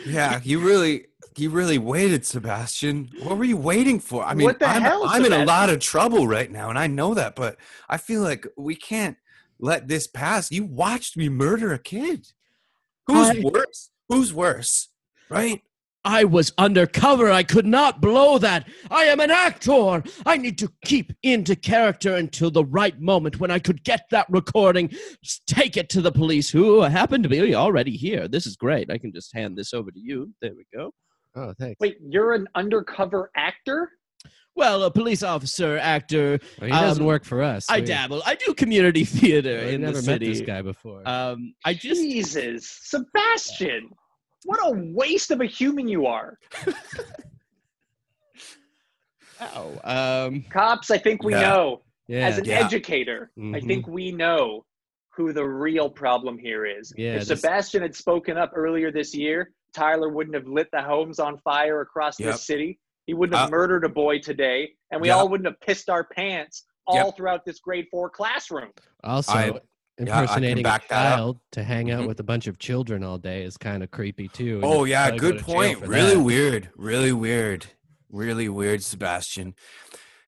[SPEAKER 3] Yeah, you really, you really waited, Sebastian. What were you waiting for? I mean,
[SPEAKER 4] What the
[SPEAKER 3] I'm,
[SPEAKER 4] hell,
[SPEAKER 3] I'm in a lot of trouble right now, and I know that, but I feel like we can't let this pass. You watched me murder a kid. Who's
[SPEAKER 2] I-
[SPEAKER 3] worse? Who's worse? Right?
[SPEAKER 2] I was undercover. I could not blow that. I am an actor. I need to keep into character until the right moment when I could get that recording, s- take it to the police, who happen to be already here. This is great. I can just hand this over to you. There we go.
[SPEAKER 1] Oh, thanks.
[SPEAKER 4] Wait, you're an undercover actor?
[SPEAKER 2] Well, a police officer, actor.
[SPEAKER 1] Well, he doesn't
[SPEAKER 2] Um,
[SPEAKER 1] work for
[SPEAKER 3] Ah,
[SPEAKER 1] us.
[SPEAKER 2] I
[SPEAKER 1] We-
[SPEAKER 2] dabble. I do community *laughs* theater
[SPEAKER 1] we
[SPEAKER 2] in
[SPEAKER 1] never
[SPEAKER 2] the
[SPEAKER 1] met
[SPEAKER 2] city.
[SPEAKER 1] this guy before.
[SPEAKER 2] Um, I just
[SPEAKER 4] Jesus, Sebastian! What a waste of a human you
[SPEAKER 2] *laughs*
[SPEAKER 4] are.
[SPEAKER 2] Ow. Um,
[SPEAKER 4] Cops, I think we
[SPEAKER 3] Yeah.
[SPEAKER 4] know.
[SPEAKER 1] yeah.
[SPEAKER 4] As an
[SPEAKER 3] Yeah. Mm-hmm.
[SPEAKER 4] educator, I
[SPEAKER 1] Mhm.
[SPEAKER 4] think we know who the real problem here is.
[SPEAKER 1] Yeah,
[SPEAKER 4] if
[SPEAKER 1] this-
[SPEAKER 4] Sebastian had spoken up earlier this year, Tyler wouldn't have lit the homes on fire across
[SPEAKER 3] Yep.
[SPEAKER 4] this city. He wouldn't have
[SPEAKER 3] Uh,
[SPEAKER 4] murdered a boy today, and we
[SPEAKER 3] Yep.
[SPEAKER 4] all wouldn't have pissed our pants all throughout this grade four classroom.
[SPEAKER 1] also,
[SPEAKER 3] I- yeah, I
[SPEAKER 1] impersonating a
[SPEAKER 3] back that up.
[SPEAKER 1] child to hang out
[SPEAKER 3] Mhm.
[SPEAKER 1] with a bunch of children all day is kind of creepy too. and
[SPEAKER 3] Oh
[SPEAKER 1] you'd
[SPEAKER 3] yeah,
[SPEAKER 1] probably go
[SPEAKER 3] good
[SPEAKER 1] to jail
[SPEAKER 3] point.
[SPEAKER 1] for
[SPEAKER 3] Really
[SPEAKER 1] that.
[SPEAKER 3] weird. Really weird. Really weird, Sebastian.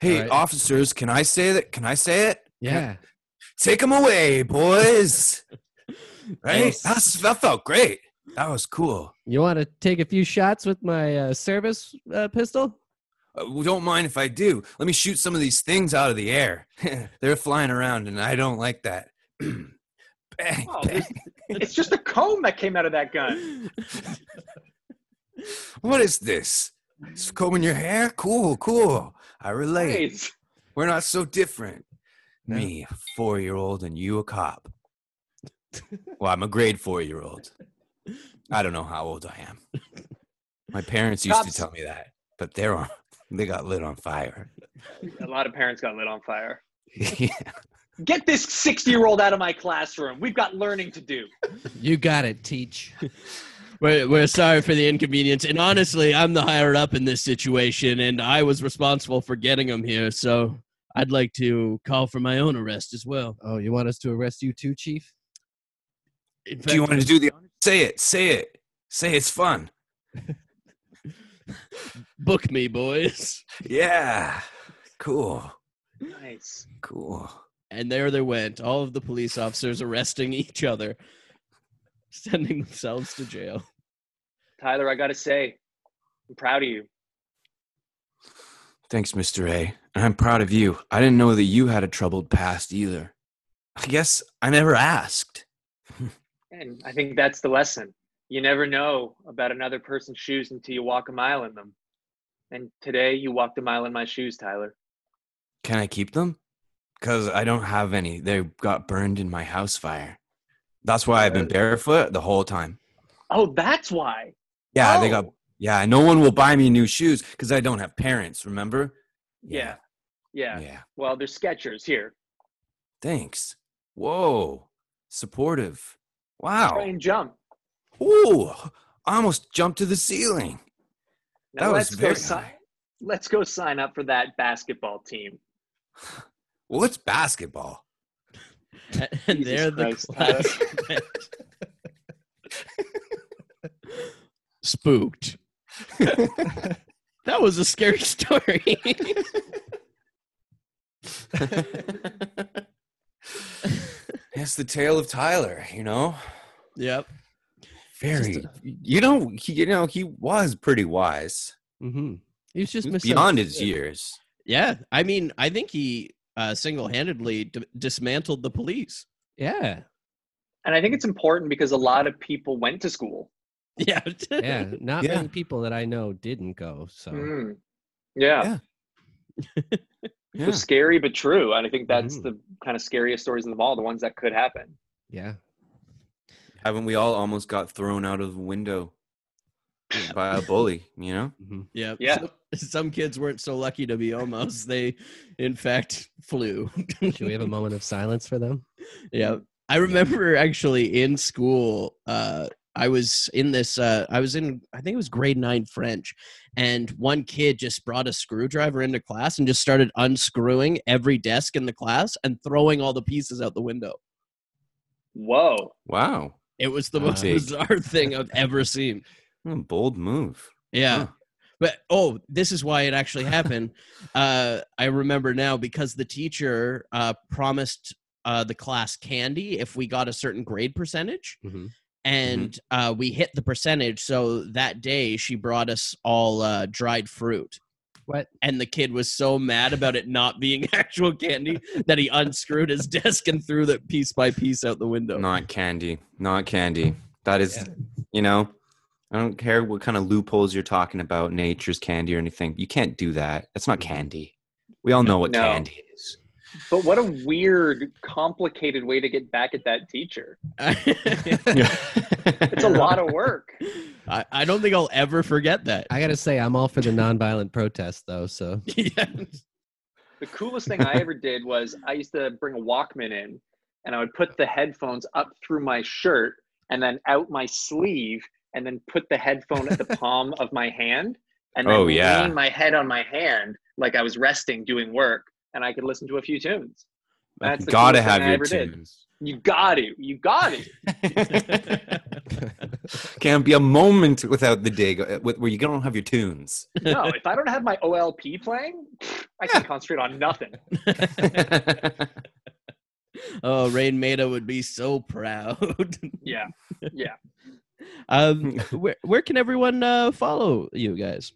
[SPEAKER 3] Hey,
[SPEAKER 1] Alright.
[SPEAKER 3] officers, can I say that? Can I say it?
[SPEAKER 1] Yeah.
[SPEAKER 3] Take them away,
[SPEAKER 1] *laughs*
[SPEAKER 3] boys. right?
[SPEAKER 2] Yes.
[SPEAKER 3] That's, that felt great. That was cool.
[SPEAKER 1] You want to take a few shots with my uh, service uh, pistol?
[SPEAKER 3] Uh, well, don't mind if I do. Let me shoot some of these things out of the air. *laughs* They're flying around, and I don't like that. bang,
[SPEAKER 4] Oh,
[SPEAKER 3] bang.
[SPEAKER 4] this- it's just a comb that came out of that gun.
[SPEAKER 3] *laughs* What is this? It's combing your hair? Cool, cool. I relate.
[SPEAKER 4] Nice.
[SPEAKER 3] We're not so different.
[SPEAKER 1] No.
[SPEAKER 3] Me, a four year old, and you, a
[SPEAKER 2] *laughs*
[SPEAKER 3] cop. well, I'm a grade four year old. I don't know how old I am. My parents used
[SPEAKER 4] Cops-
[SPEAKER 3] to tell me that, but they're on, they got lit on fire.
[SPEAKER 4] A lot of parents got lit on fire.
[SPEAKER 3] *laughs* yeah.
[SPEAKER 4] Get this 60 year old out of my classroom. We've got learning to do.
[SPEAKER 1] You got it, teach.
[SPEAKER 2] We're, we're sorry for the inconvenience. And honestly, I'm the higher up in this situation, and I was responsible for getting him here. So I'd like to call for my own arrest as well.
[SPEAKER 1] oh, you want us to arrest you too,
[SPEAKER 2] *laughs*
[SPEAKER 1] Chief?
[SPEAKER 2] In
[SPEAKER 3] Do you
[SPEAKER 2] fact,
[SPEAKER 3] want to do the? Say it. Say it. Say it's fun.
[SPEAKER 2] *laughs* Book me, boys.
[SPEAKER 3] Yeah. Ah, Cool.
[SPEAKER 4] Nice.
[SPEAKER 3] Cool.
[SPEAKER 2] And there they went, all of the police officers arresting each other, sending themselves to jail.
[SPEAKER 4] Tyler, I gotta say, I'm proud of you.
[SPEAKER 3] Thanks, Mr. A. And I'm proud of you. I didn't know that you had a troubled past either. I guess I never asked.
[SPEAKER 4] And I think that's the lesson. You never know about another person's shoes until you walk a mile in them. And today you walked a mile in my shoes, Tyler.
[SPEAKER 3] Can I keep them? Because I don't have any. They got burned in my house fire. That's why I've been barefoot the whole time.
[SPEAKER 4] Oh, that's why.
[SPEAKER 3] Yeah, they got.
[SPEAKER 4] Oh.
[SPEAKER 3] Yeah, no one will buy me new shoes because I don't have parents, remember?
[SPEAKER 4] Yeah. Yeah.
[SPEAKER 3] Yeah.
[SPEAKER 4] Well, they're Skechers here.
[SPEAKER 3] Thanks. Whoa. Supportive. Wow.
[SPEAKER 4] Try and jump.
[SPEAKER 3] Ooh, I almost jumped to the ceiling.
[SPEAKER 4] Now
[SPEAKER 3] That was
[SPEAKER 4] let's
[SPEAKER 3] very
[SPEAKER 4] go sign.
[SPEAKER 3] high.
[SPEAKER 4] Let's go sign up for that basketball team.
[SPEAKER 3] What's basketball?
[SPEAKER 2] And, and
[SPEAKER 4] Jesus
[SPEAKER 2] there the
[SPEAKER 4] Christ, Tyler.
[SPEAKER 2] class went. Spooked. that was a scary *laughs* story.
[SPEAKER 4] Uh, *laughs*
[SPEAKER 3] *laughs* It's the tale of Tyler, you know?
[SPEAKER 2] yep.
[SPEAKER 3] Very you know he, you know, he was pretty wise.
[SPEAKER 1] Mm-hmm. He was just
[SPEAKER 3] He was
[SPEAKER 1] misunderstood.
[SPEAKER 3] Beyond his years.
[SPEAKER 2] Yeah. I mean, I think he uh, single handedly d- dismantled the police.
[SPEAKER 1] Yeah,
[SPEAKER 4] And I think it's important because a lot of people went to school.
[SPEAKER 2] Yeah.
[SPEAKER 1] *laughs* yeah. Not
[SPEAKER 3] Yeah. Hmm.
[SPEAKER 1] many people that I know didn't go. So
[SPEAKER 4] Mm. Yeah. *laughs*
[SPEAKER 3] Yeah.
[SPEAKER 4] It
[SPEAKER 3] Yeah. Mm.
[SPEAKER 4] was scary but true. And I think that's
[SPEAKER 1] Mhm.
[SPEAKER 4] the kind of scariest stories of them all, the ones that could happen.
[SPEAKER 1] yeah,
[SPEAKER 3] Haven't we all almost got thrown out of the window by a bully, you know?
[SPEAKER 1] hmm
[SPEAKER 2] Yep.
[SPEAKER 4] Yeah.
[SPEAKER 2] Some, *laughs* some kids weren't so lucky to be almost. They, in fact, flew. *laughs*
[SPEAKER 1] Should we have a moment of silence for them?
[SPEAKER 2] Yeah. I remember actually in school, uh, I was in this, uh, I was in, I think it was grade nine French, and one kid just brought a screwdriver into class and just started unscrewing every desk in the class and throwing all the pieces out the window.
[SPEAKER 4] Whoa.
[SPEAKER 3] Wow.
[SPEAKER 2] It was the most
[SPEAKER 3] Ouch.
[SPEAKER 2] bizarre *laughs* thing I've ever seen.
[SPEAKER 3] What a Hmm, bold move.
[SPEAKER 2] Yeah.
[SPEAKER 3] Huh.
[SPEAKER 2] But oh, this is why it actually happened. uh, I remember now because the teacher uh, promised uh, the class candy if we got a certain grade percentage,
[SPEAKER 1] Mhm.
[SPEAKER 2] and uh, we hit the percentage. So that day, she brought us all uh, dried fruit.
[SPEAKER 1] What?
[SPEAKER 2] And the kid was so mad about it not being *laughs* actual candy that he unscrewed his desk and threw that piece by piece out the window.
[SPEAKER 3] Not candy. Not candy. That is, you know, I don't care what kind of loopholes you're talking about, nature's candy or anything. You can't do that. That's not
[SPEAKER 2] Mm-hmm.
[SPEAKER 3] candy. We all know what
[SPEAKER 4] No.
[SPEAKER 3] candy is.
[SPEAKER 4] But what a weird, complicated way to get back at that teacher.
[SPEAKER 3] *laughs*
[SPEAKER 4] It's a lot of work.
[SPEAKER 2] I, I don't think I'll ever forget that.
[SPEAKER 1] I gotta say, I'm all for the nonviolent protest, though.
[SPEAKER 2] *laughs*
[SPEAKER 1] So
[SPEAKER 2] yeah.
[SPEAKER 4] The coolest thing I ever did was I used to bring a Walkman in and I would put the headphones up through my shirt and then out my sleeve and then put the headphone
[SPEAKER 3] *laughs*
[SPEAKER 4] at the palm of my hand and then
[SPEAKER 3] Oh, yeah.
[SPEAKER 4] lean my head on my hand like I was resting doing work and I could listen to a few tunes. That's the
[SPEAKER 3] Gotta
[SPEAKER 4] coolest thing
[SPEAKER 3] have
[SPEAKER 4] I
[SPEAKER 3] your
[SPEAKER 4] ever did.
[SPEAKER 3] tunes.
[SPEAKER 4] You got to. You got
[SPEAKER 3] *laughs*
[SPEAKER 4] to.
[SPEAKER 3] Can't be a moment without the day go- with, where you don't have your tunes.
[SPEAKER 2] *laughs*
[SPEAKER 4] No, if I don't have my OLP playing, I can concentrate on
[SPEAKER 3] *laughs*
[SPEAKER 4] nothing.
[SPEAKER 2] Oh, Rain Maida would be so proud. *laughs*
[SPEAKER 4] Yeah.
[SPEAKER 1] *laughs*
[SPEAKER 2] um, where where can everyone uh, follow you guys?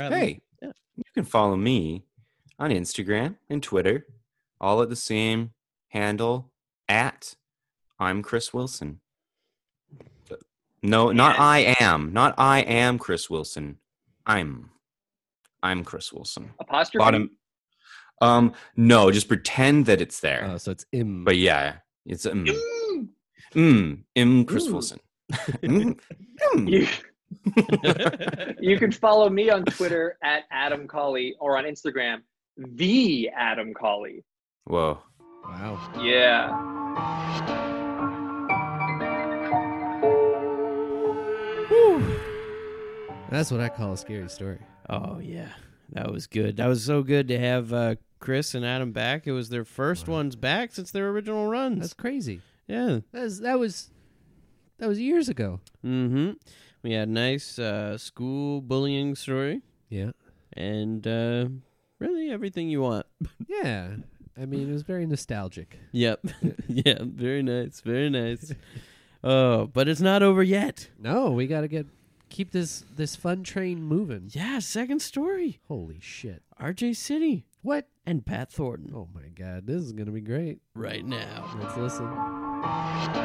[SPEAKER 2] Um,
[SPEAKER 3] hey,
[SPEAKER 2] yeah.
[SPEAKER 3] you can follow me on Instagram and Twitter, all at the same handle at I'm Chris Wilson. No, not
[SPEAKER 4] Yeah.
[SPEAKER 3] I am. Not I am Chris Wilson. I'm. I'm Chris Wilson.
[SPEAKER 4] Apostrophe.
[SPEAKER 3] Bottom. Um, no, just pretend that it's there.
[SPEAKER 1] oh, so it's im.
[SPEAKER 3] but yeah, it's um,
[SPEAKER 4] Mm.
[SPEAKER 3] mm, im Chris
[SPEAKER 4] Ooh.
[SPEAKER 3] Wilson. *laughs* Mm, mm.
[SPEAKER 4] *laughs* You, you can follow me on Twitter at Adam Colley or on Instagram, the Adam Colley.
[SPEAKER 3] Whoa.
[SPEAKER 1] wow.
[SPEAKER 4] Yeah.
[SPEAKER 1] That's what I call a scary story.
[SPEAKER 8] Oh yeah, that was good. That was so good to have uh, Chris and Adam back. It was their first ones back since their original runs.
[SPEAKER 1] That's crazy.
[SPEAKER 8] yeah.
[SPEAKER 1] That was that was that was years ago.
[SPEAKER 8] Mm-hmm.
[SPEAKER 2] We had a nice uh, school bullying story
[SPEAKER 1] Yeah.
[SPEAKER 2] and uh, really everything you want. *laughs*
[SPEAKER 1] Yeah. I mean, it was very nostalgic.
[SPEAKER 2] Yep.
[SPEAKER 1] *laughs*
[SPEAKER 2] *laughs* yeah. Very nice. Very nice. Oh, but it's not over yet.
[SPEAKER 1] No, we got to get keep this this fun train moving.
[SPEAKER 2] Yeah. Second story.
[SPEAKER 1] Holy shit.
[SPEAKER 2] RJ City
[SPEAKER 1] What?
[SPEAKER 2] and Pat Thornton.
[SPEAKER 1] Oh my god, this is going to be great.
[SPEAKER 2] Right now.
[SPEAKER 1] Let's listen.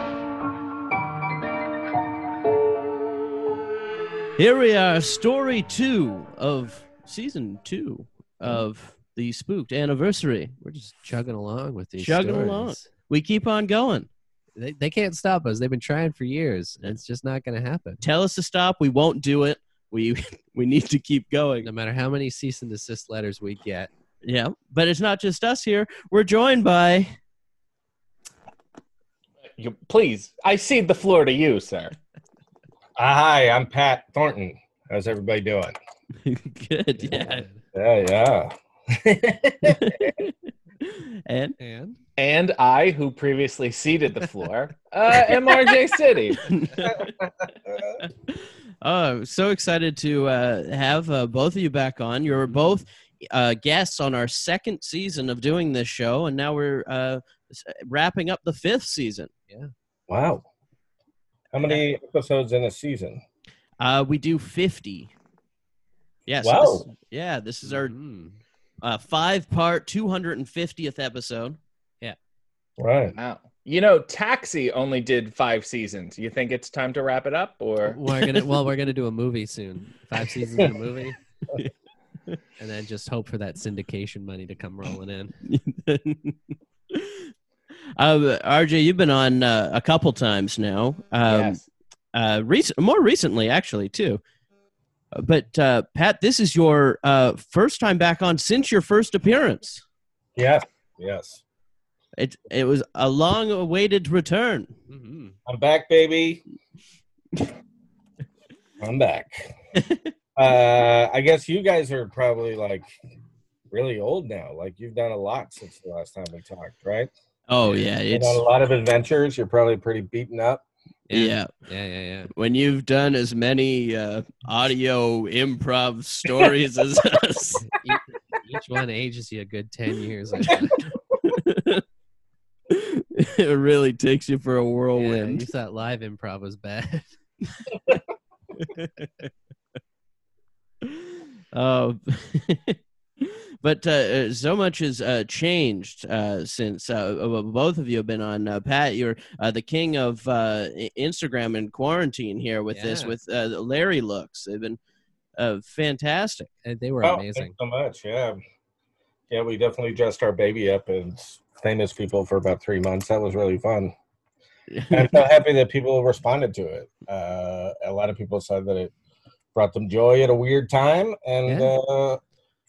[SPEAKER 2] Here we are, story two of season two of the Spooked Anniversary.
[SPEAKER 1] We're just chugging along with these
[SPEAKER 2] Chugging along.
[SPEAKER 1] stories.
[SPEAKER 2] We keep on going.
[SPEAKER 1] They they can't stop us. They've been trying for years. and It's just not going to happen.
[SPEAKER 2] Tell us to stop. We won't do it. We *laughs* we need to keep going.
[SPEAKER 1] No matter how many cease and desist letters we get.
[SPEAKER 2] Yeah, but it's not just us here. We're joined by *laughs*
[SPEAKER 9] You, please, I cede the floor to you, sir.
[SPEAKER 6] Hi, I'm Pat Thornton. How's
[SPEAKER 2] *laughs*
[SPEAKER 6] everybody doing?
[SPEAKER 2] good. Yeah.
[SPEAKER 6] Yeah, yeah.
[SPEAKER 2] and
[SPEAKER 1] And
[SPEAKER 9] And I, who previously ceded
[SPEAKER 2] *laughs*
[SPEAKER 9] the floor, uh, MRJ City.
[SPEAKER 2] oh, so excited to uh, have uh, both of you back on. You're both uh, guests on our second season of doing this show, and now we're uh, s- wrapping up the fifth season.
[SPEAKER 6] wow. How many episodes in a season?
[SPEAKER 2] Uh, we do 50. Yeah, so
[SPEAKER 6] Wow.
[SPEAKER 2] this- yeah, this is our uh, five part 250th episode.
[SPEAKER 6] Right.
[SPEAKER 9] Wow. You know, Taxi only did five seasons. You think it's time to wrap it up, or
[SPEAKER 1] we're gonna well, we're gonna do a movie soon. *laughs* Five seasons of a
[SPEAKER 6] *laughs*
[SPEAKER 1] movie. and then just hope for that syndication money to come rolling *laughs* in.
[SPEAKER 2] uh, RJ, Uh, you've been on uh, a couple times now. Um,
[SPEAKER 9] Yes.
[SPEAKER 2] uh, rec- more recently, actually, too. Uh, But uh, Pat, this is your uh, first time back on since your first appearance.
[SPEAKER 6] Yes. Yes.
[SPEAKER 2] It it was a long-awaited return.
[SPEAKER 1] Mm-hmm.
[SPEAKER 2] Mm.
[SPEAKER 6] I'm back, baby.
[SPEAKER 2] *laughs*
[SPEAKER 6] I'm back. uh, I guess you guys are probably like really old now. Like you've done a lot since the last time we talked, right?
[SPEAKER 2] Oh yeah,
[SPEAKER 6] You've
[SPEAKER 2] it's
[SPEAKER 6] done a lot of adventures. You're probably pretty beaten up.
[SPEAKER 2] yeah.
[SPEAKER 1] Yeah, yeah, yeah.
[SPEAKER 2] When you've done as many uh, audio improv stories *laughs* as us,
[SPEAKER 1] Each one ages you a good ten *laughs* years.
[SPEAKER 2] it really takes you for a
[SPEAKER 1] Yeah,
[SPEAKER 2] whirlwind.
[SPEAKER 1] you thought live improv was bad.
[SPEAKER 2] Uh, *laughs* but uh, so much has uh, changed uh, since uh, uh, both of you have been on. Uh, Pat, you're uh, the king of uh, I- Instagram in quarantine here with this,
[SPEAKER 1] Yeah.
[SPEAKER 2] with uh, the Larry looks. They've been uh, fantastic.
[SPEAKER 1] And they were
[SPEAKER 6] Oh,
[SPEAKER 1] amazing.
[SPEAKER 6] Thanks so much. Yeah. Yeah, we definitely dressed our baby up as famous people for about three months. That was really fun. I'm
[SPEAKER 1] *laughs*
[SPEAKER 6] so happy that people responded to it. Uh, a lot of people said that it brought them joy at a weird time, and
[SPEAKER 1] Yeah.
[SPEAKER 6] uh,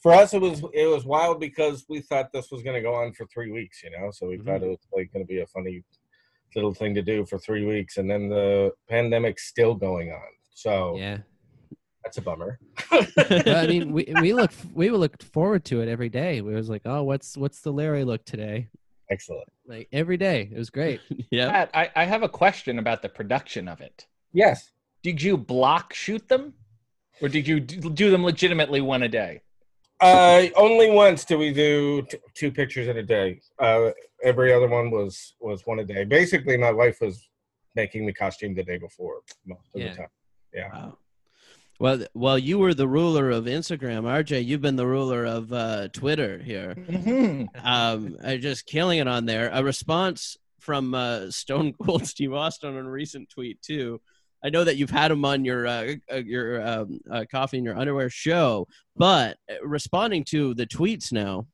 [SPEAKER 6] for us, it was it was wild because we thought this was going to go on for three weeks, you know. So
[SPEAKER 1] Mm-hmm.
[SPEAKER 6] we thought it was like going to be a funny little thing to do for three weeks, and then the pandemic's still going on. So
[SPEAKER 1] Yeah,
[SPEAKER 6] that's a bummer.
[SPEAKER 1] But, I mean, we we look we looked forward to it every day. We was like, oh, what's what's the Larry look today?
[SPEAKER 6] Excellent.
[SPEAKER 1] Like every day, it was great.
[SPEAKER 2] yeah.
[SPEAKER 9] Pat, I, I have a question about the production of it.
[SPEAKER 6] Yes.
[SPEAKER 9] Did you block shoot them, or did you d- do them legitimately one a day?
[SPEAKER 6] Uh, only once do we do t- two pictures in a day. Uh, every other one was was one a day. Basically, my wife was making the costume the day before most of
[SPEAKER 1] Yeah.
[SPEAKER 6] the time.
[SPEAKER 2] Wow. Well, th- well, you were the ruler of Instagram, RJ. You've been the ruler of uh, Twitter here.
[SPEAKER 9] Mm-hmm.
[SPEAKER 2] um, uh, just killing it on there. A response from uh, Stone Cold *laughs* Steve Austin on a recent tweet too. I know that you've had him on your uh, uh, your um, uh, coffee and your underwear show, but uh, responding to the tweets now.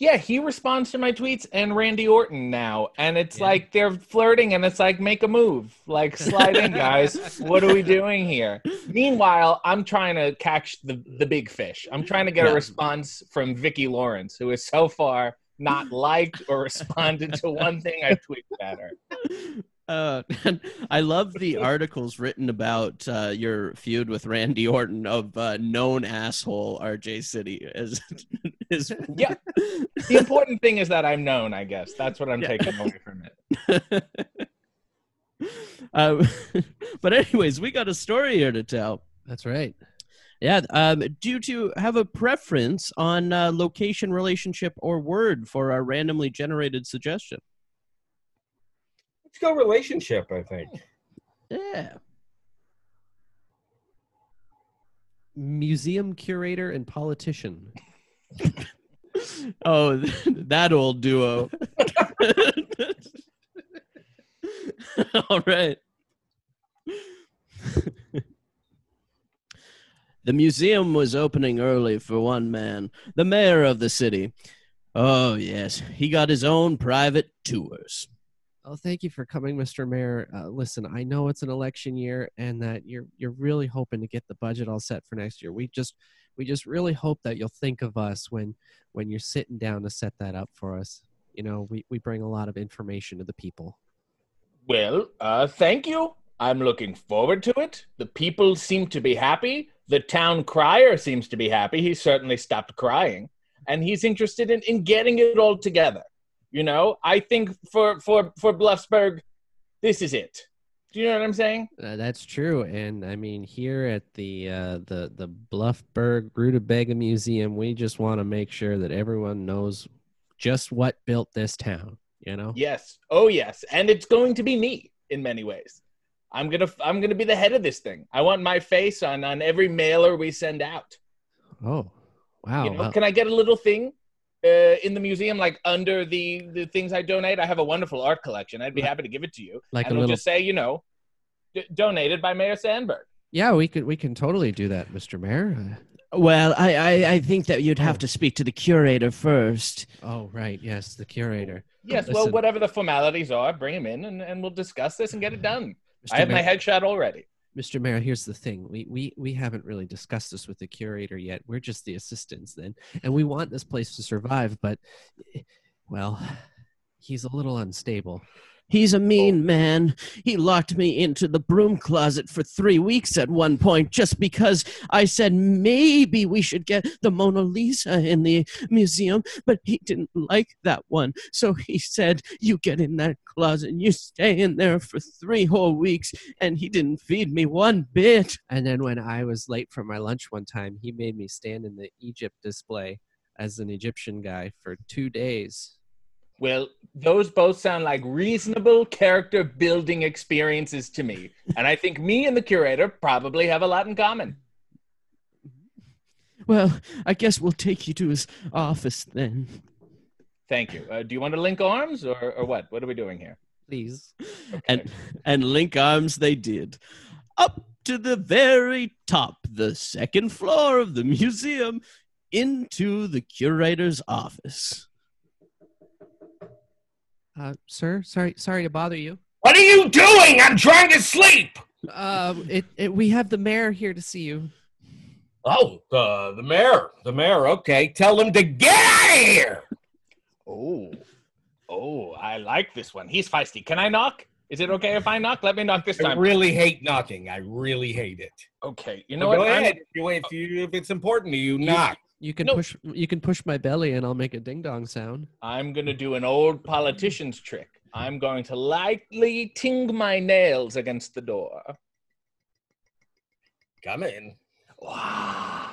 [SPEAKER 9] Yeah, he responds to my tweets and Randy Orton now, and it's
[SPEAKER 1] Yeah.
[SPEAKER 9] like they're flirting, and it's like make a move, like slide in, guys. what are we doing here? Meanwhile, I'm trying to catch the the big fish. I'm trying to get
[SPEAKER 2] Yeah.
[SPEAKER 9] a response from Vicki Lawrence, who is so far not liked or responded to one thing I tweeted at her.
[SPEAKER 2] Uh, *laughs* I love the articles written about uh, your feud with Randy Orton of uh, known asshole RJ City as *laughs* is
[SPEAKER 9] Yeah. The important thing is that I'm known, I guess. That's what I'm
[SPEAKER 2] Yeah.
[SPEAKER 9] taking away from it.
[SPEAKER 8] Um, *laughs* but anyways, we got a story here to tell.
[SPEAKER 1] That's right.
[SPEAKER 8] Yeah. Um, do you have a preference on uh, location, relationship, or word for our randomly generated suggestion? *laughs*
[SPEAKER 6] Let's go relationship, I think.
[SPEAKER 8] Yeah.
[SPEAKER 1] Museum curator and politician.
[SPEAKER 8] Oh, that old duo. *laughs* All right. *laughs* the museum was opening early for one man, the mayor of the city. Oh, yes, he got his own private tours.
[SPEAKER 1] Oh, thank you for coming, Mr. Mayor. Uh, listen, I know it's an election year, and that you're you're really hoping to get the budget all set for next year. We just we just really hope that you'll think of us when when you're sitting down to set that up for us. You know, we we bring a lot of information to the people.
[SPEAKER 9] Well, uh, thank you. I'm looking forward to it. The people seem to be happy. The town crier seems to be happy. He certainly stopped crying, and he's interested in, in getting it all together. You know, I think for for for Bluffsburg, this is it. Do you know what I'm saying?
[SPEAKER 1] Uh, that's true, and I mean here at the uh, the the Bluffburg Rutabaga Museum, we just want to make sure that everyone knows just what built this town. You know,
[SPEAKER 9] Yes. Oh, yes. And it's going to be me in many ways. I'm gonna I'm gonna be the head of this thing. I want my face on on every mailer we send out.
[SPEAKER 1] Oh, wow.
[SPEAKER 9] you know,
[SPEAKER 1] well,
[SPEAKER 9] can I get a little thing uh, in the museum, like under the the things I donate? I have a wonderful art collection. I'd be happy to give it to you.
[SPEAKER 1] like a
[SPEAKER 9] and it'll
[SPEAKER 1] little.
[SPEAKER 9] just say, you know, d- donated by Mayor Sandberg.
[SPEAKER 1] Yeah, we could we can totally do that, Mr. Mayor.
[SPEAKER 2] Well, I, I, I think that you'd have to speak to the curator first.
[SPEAKER 1] Uh, oh, right. Yes, the curator.
[SPEAKER 9] Yes. Well,
[SPEAKER 1] Listen.
[SPEAKER 9] whatever the formalities are, bring him in, and, and we'll discuss this and get it done.
[SPEAKER 1] Mr.
[SPEAKER 9] I have my
[SPEAKER 1] Mm-hmm. Mayor,
[SPEAKER 9] headshot already.
[SPEAKER 1] Mr. Mayor, here's the thing. We, we we haven't really discussed this with the curator yet. We're just the assistants then. And we want this place to survive, but eh, well, he's a little unstable.
[SPEAKER 2] He's a mean man. He locked me into the broom closet for three weeks at one point just because I said maybe we should get the Mona Lisa in the museum, but he didn't like that one. So he said, You get in that closet and you stay in there for three whole weeks, and he didn't feed me one bit.
[SPEAKER 1] And then when I was late for my lunch one time, he made me stand in the Egypt display as an Egyptian guy for 2 days.
[SPEAKER 9] Well, those both sound like reasonable character building experiences
[SPEAKER 1] *laughs*
[SPEAKER 9] to me. And I think me and the curator probably have a lot in common.
[SPEAKER 2] Well, I guess we'll take you to his office then.
[SPEAKER 9] Thank you. Uh, do you want to link arms or, or what? What are we doing here?
[SPEAKER 1] Please.
[SPEAKER 8] and and link arms they did up to the very top the second floor of the museum into the curator's office
[SPEAKER 1] Uh, sir, sorry sorry to bother you.
[SPEAKER 6] What are you doing? I'm trying to sleep.
[SPEAKER 1] Uh, it, it we have the mayor here to see you.
[SPEAKER 6] Oh, uh, the mayor. The mayor. Okay. Tell him to get out of here.
[SPEAKER 9] Oh, oh, I like this one. He's feisty. Can I knock? Is it okay if I knock? Let me knock this
[SPEAKER 6] I
[SPEAKER 9] time.
[SPEAKER 6] really hate knocking. I really hate it.
[SPEAKER 9] okay. You know
[SPEAKER 6] Go
[SPEAKER 9] what? I'm-
[SPEAKER 6] ahead. If, you, if it's important to you, knock.
[SPEAKER 1] You can
[SPEAKER 9] No.
[SPEAKER 1] push you can push my belly and I'll make a ding dong sound.
[SPEAKER 6] Oh.
[SPEAKER 9] I'm going to do an old politician's trick. I'm going to lightly ting my nails against the door.
[SPEAKER 6] Come in.
[SPEAKER 9] Wow.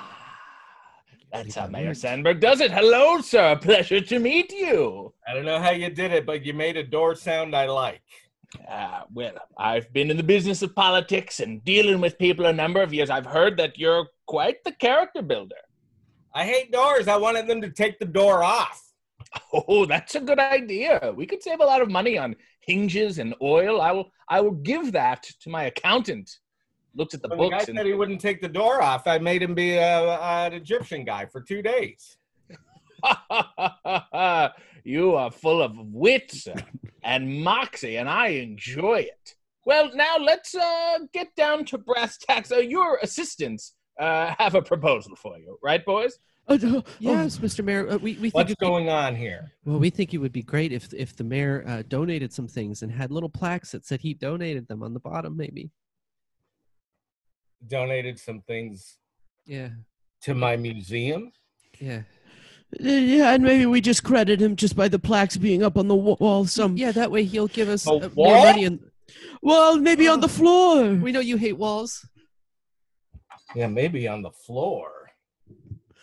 [SPEAKER 9] That's how
[SPEAKER 1] Everybody
[SPEAKER 9] Mayor
[SPEAKER 1] works.
[SPEAKER 9] Sandberg does it. Hello, sir. Pleasure to meet you.
[SPEAKER 6] I don't know how you did it, but you made a door sound I like.
[SPEAKER 9] Ah, well, I've been in the business of politics and dealing with people a number of years. I've heard that you're quite the character builder.
[SPEAKER 6] I hate doors. I wanted them to take the door off.
[SPEAKER 9] Oh, that's a good idea. We could save a lot of money on hinges and oil. I will I will give that to my accountant. *laughs* Looked at the
[SPEAKER 6] When the guy
[SPEAKER 9] books
[SPEAKER 6] said
[SPEAKER 9] and
[SPEAKER 6] he wouldn't take the door off, I made him be a, an Egyptian guy for two days.
[SPEAKER 9] you are full of wit sir, and moxie, and I enjoy it. Well, now let's uh, get down to brass tacks. Uh, your assistants uh, have a proposal for you, right, boys?
[SPEAKER 2] Oh, no.
[SPEAKER 1] Yes, Mr. Mayor, uh, we, we think
[SPEAKER 6] What's
[SPEAKER 1] it would be-
[SPEAKER 6] going on here?
[SPEAKER 1] well, we think it would be great if if the mayor uh, donated some things and had little plaques that said he donated them on the bottom, maybe.
[SPEAKER 6] Donated some things
[SPEAKER 1] Yeah,
[SPEAKER 6] to my museum.
[SPEAKER 1] yeah,
[SPEAKER 2] Yeah, and maybe we just credit him just by the plaques being up on the wa- wall. Some
[SPEAKER 1] yeah. That way he'll give us
[SPEAKER 9] A
[SPEAKER 1] uh, more
[SPEAKER 9] what?
[SPEAKER 1] money and
[SPEAKER 2] Well, maybe on the floor.
[SPEAKER 1] We know you hate walls.
[SPEAKER 6] Yeah, maybe on the floor.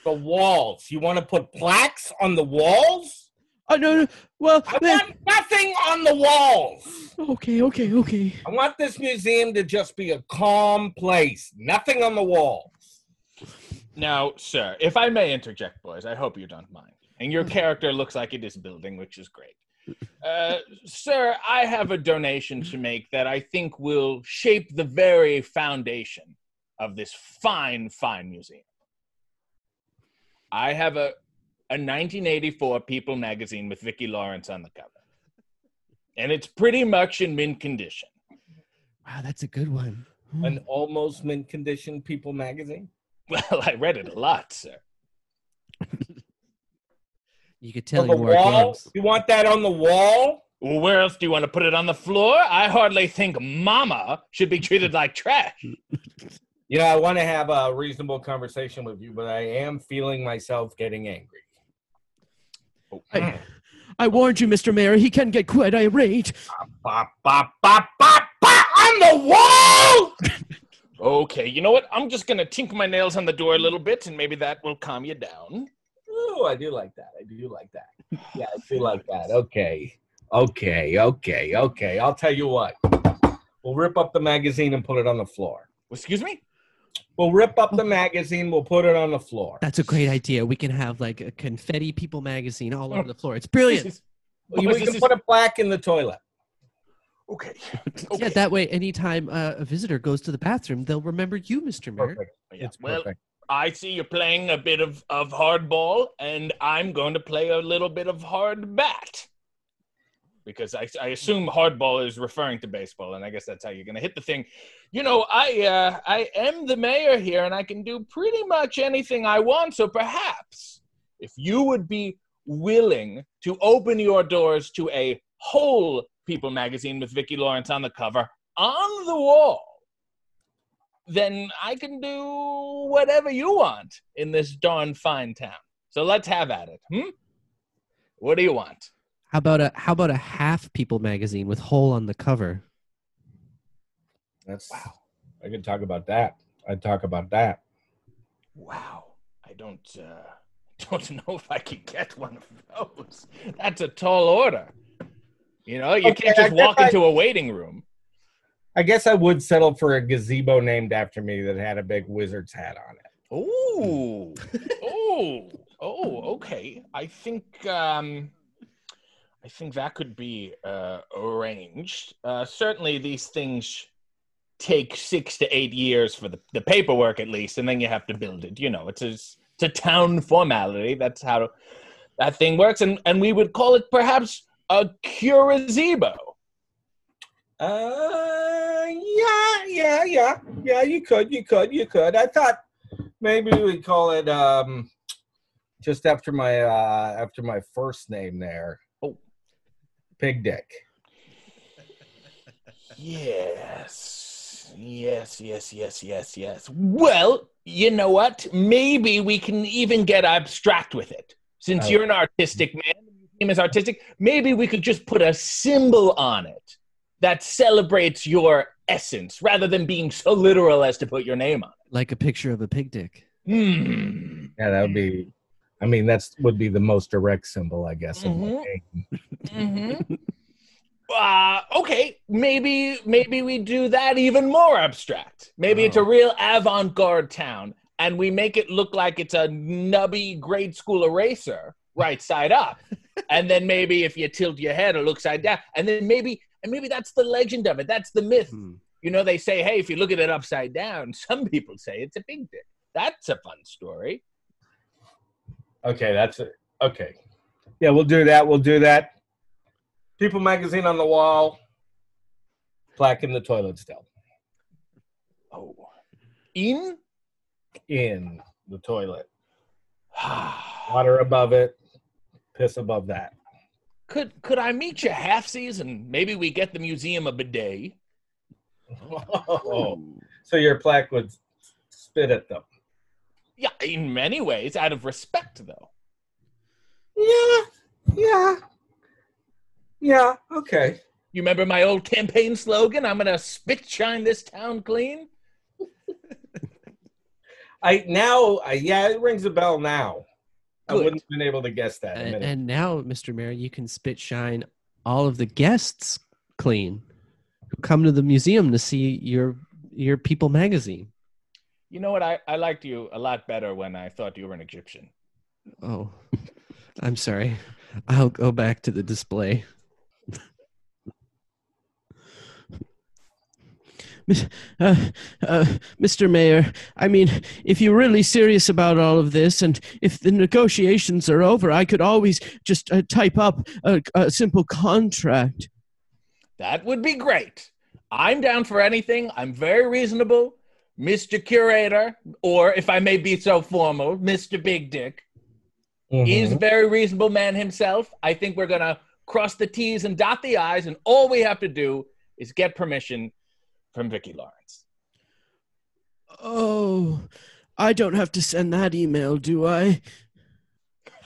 [SPEAKER 6] The walls. You want to put plaques on the walls?
[SPEAKER 2] Oh no, no. Well,
[SPEAKER 6] I
[SPEAKER 2] then-
[SPEAKER 6] want nothing on the walls.
[SPEAKER 2] okay, okay, okay.
[SPEAKER 6] I want this museum to just be a calm place. Nothing on the walls.
[SPEAKER 9] Now, sir, if I may interject, boys, I hope you don't mind. And your character looks like it is building, which is great. Uh, sir, I have a donation to make that I think will shape the very foundation of this fine, fine museum. I have a, a 1984 People magazine with Vicki Lawrence on the cover. And it's pretty much in mint condition.
[SPEAKER 1] Wow, that's a good one.
[SPEAKER 6] An almost mint condition People magazine.
[SPEAKER 9] *laughs* Well, I read it a lot, sir.
[SPEAKER 1] You could tell
[SPEAKER 6] on
[SPEAKER 1] you
[SPEAKER 6] the
[SPEAKER 1] wore
[SPEAKER 6] wall.
[SPEAKER 1] games.
[SPEAKER 6] You want that on the wall?
[SPEAKER 9] Well, where else do you want to put it on the floor? I hardly think Mama should be treated like trash.
[SPEAKER 6] Yeah, I want to have a reasonable conversation with you, but I am feeling myself getting angry.
[SPEAKER 2] I, I warned you, Mr. Mayor. He can get quite irate.
[SPEAKER 6] Bop, bop, bop, bop, bop on the wall!
[SPEAKER 9] *laughs* Okay, you know what? I'm just gonna tink my nails on the door a little bit, and maybe that will calm you down.
[SPEAKER 6] Ooh, I do like that. I do like that. Yeah, I do like that. Okay. Okay, okay, okay. I'll tell you what. We'll rip up the magazine and put it on the floor.
[SPEAKER 9] Excuse me?
[SPEAKER 6] We'll rip up the magazine, we'll put it on the floor.
[SPEAKER 1] That's a great idea. We can have like a confetti people magazine
[SPEAKER 6] Oh.
[SPEAKER 1] all over the floor. It's
[SPEAKER 6] *laughs*
[SPEAKER 1] brilliant.
[SPEAKER 6] We
[SPEAKER 9] Boys,
[SPEAKER 6] we
[SPEAKER 9] this
[SPEAKER 6] can
[SPEAKER 9] is-
[SPEAKER 6] put a plaque in the toilet.
[SPEAKER 9] Okay.
[SPEAKER 1] Yeah, that way, anytime uh, a visitor goes to the bathroom, they'll remember you, Mr. Mayor.
[SPEAKER 6] Perfect. Oh,
[SPEAKER 9] Yeah,
[SPEAKER 6] It's
[SPEAKER 9] well,
[SPEAKER 6] perfect.
[SPEAKER 9] I see you're playing a bit of, of hardball, and I'm going to play a little bit of hard bat. Because I, I assume hardball is referring to baseball, and I guess that's how you're going to hit the thing. You know, I, uh, I am the mayor here, and I can do pretty much anything I want, so perhaps if you would be willing to open your doors to a whole People magazine with Vicki Lawrence on the cover on the wall, then I can do whatever you want in this darn fine town. So let's have at it. Hmm? What do you want?
[SPEAKER 1] How about a how about a half people magazine with hole on the cover?
[SPEAKER 6] That's wow. I could talk about that. I'd talk about that.
[SPEAKER 9] Wow, I don't uh, *laughs* don't know if I could get one of those. That's a tall order. You know, you
[SPEAKER 6] Okay,
[SPEAKER 9] can't just
[SPEAKER 6] I
[SPEAKER 9] walk
[SPEAKER 6] guess I-
[SPEAKER 9] into a waiting room.
[SPEAKER 6] I guess I would settle for a gazebo named after me that had a big wizard's hat on it.
[SPEAKER 9] Oh, oh, oh. Okay, I think um, I think that could be uh, arranged. Uh, certainly, these things take six to eight years for the, the paperwork, at least, and then you have to build it. You know, it's a it's a town formality. That's how that thing works, and and we would call it perhaps a curazebo.
[SPEAKER 6] Uh, yeah, yeah, yeah, yeah. You could, you could, you could. I thought maybe we call it um, just after my uh, after my first name there.
[SPEAKER 9] Oh.
[SPEAKER 6] Pig Dick.
[SPEAKER 9] Yes. Yes, yes, yes, yes, yes. Well, you know what? Maybe we can even get abstract with it. Since
[SPEAKER 6] Oh.
[SPEAKER 9] you're an artistic man, the team is artistic, maybe we could just put a symbol on it that celebrates your essence rather than being so literal as to put your name on
[SPEAKER 1] Like a picture of a pig dick.
[SPEAKER 9] it. Hmm.
[SPEAKER 6] Yeah, that would be. I mean, that's would be the most direct symbol, I guess. of my
[SPEAKER 9] Mhm.
[SPEAKER 6] name.
[SPEAKER 9] Mm-hmm. Uh, okay, maybe maybe we do that even more abstract. Maybe it's a real avant-garde town, and we make it look like it's a nubby grade school eraser, right side up. and then maybe if you tilt your head, it looks side down. And then maybe and maybe that's the legend of it. That's the myth.
[SPEAKER 1] Hmm.
[SPEAKER 9] You know, they say, hey, if you look at it upside down, *laughs* some people say it's a big dick. That's a fun story.
[SPEAKER 6] Okay, that's it. Okay. Yeah, we'll do that. We'll do that. People magazine on the wall. Plaque in the toilet still.
[SPEAKER 9] Oh, in.
[SPEAKER 6] In the toilet. *sighs* Water above it. Piss above that.
[SPEAKER 9] Could could I meet you half season? Maybe we get the museum a bidet.
[SPEAKER 6] Oh. *laughs* So your plaque would spit at them.
[SPEAKER 9] Yeah, in many ways, out of respect though.
[SPEAKER 6] Yeah. Yeah. Yeah. Okay.
[SPEAKER 9] You remember my old campaign slogan? I'm gonna spit shine this town clean.
[SPEAKER 6] I now, I, yeah, it rings a bell now. I
[SPEAKER 9] Good.
[SPEAKER 6] wouldn't have been able to guess that. in a
[SPEAKER 1] And,
[SPEAKER 6] minute.
[SPEAKER 1] and now, Mr. Mayor, you can spit shine all of the guests clean who come to the museum to see your your People magazine.
[SPEAKER 9] You know what? I, I liked you a lot better when I thought you were an Egyptian.
[SPEAKER 1] Oh, I'm sorry. I'll go back to the display.
[SPEAKER 2] uh, uh, Mr. Mayor, I mean, if you're really serious about all of this, and if the negotiations are over, I could always just uh, type up a, a simple contract.
[SPEAKER 9] That would be great. I'm down for anything. I'm very reasonable, Mr. Curator, or if I may be so formal, Mr. Big Dick. He's a
[SPEAKER 6] Mhm.
[SPEAKER 9] very reasonable man himself. I think we're gonna cross the T's and dot the I's, and all we have to do is get permission from Vicki Lawrence. *laughs*
[SPEAKER 2] Oh, I don't have to send that email, do I?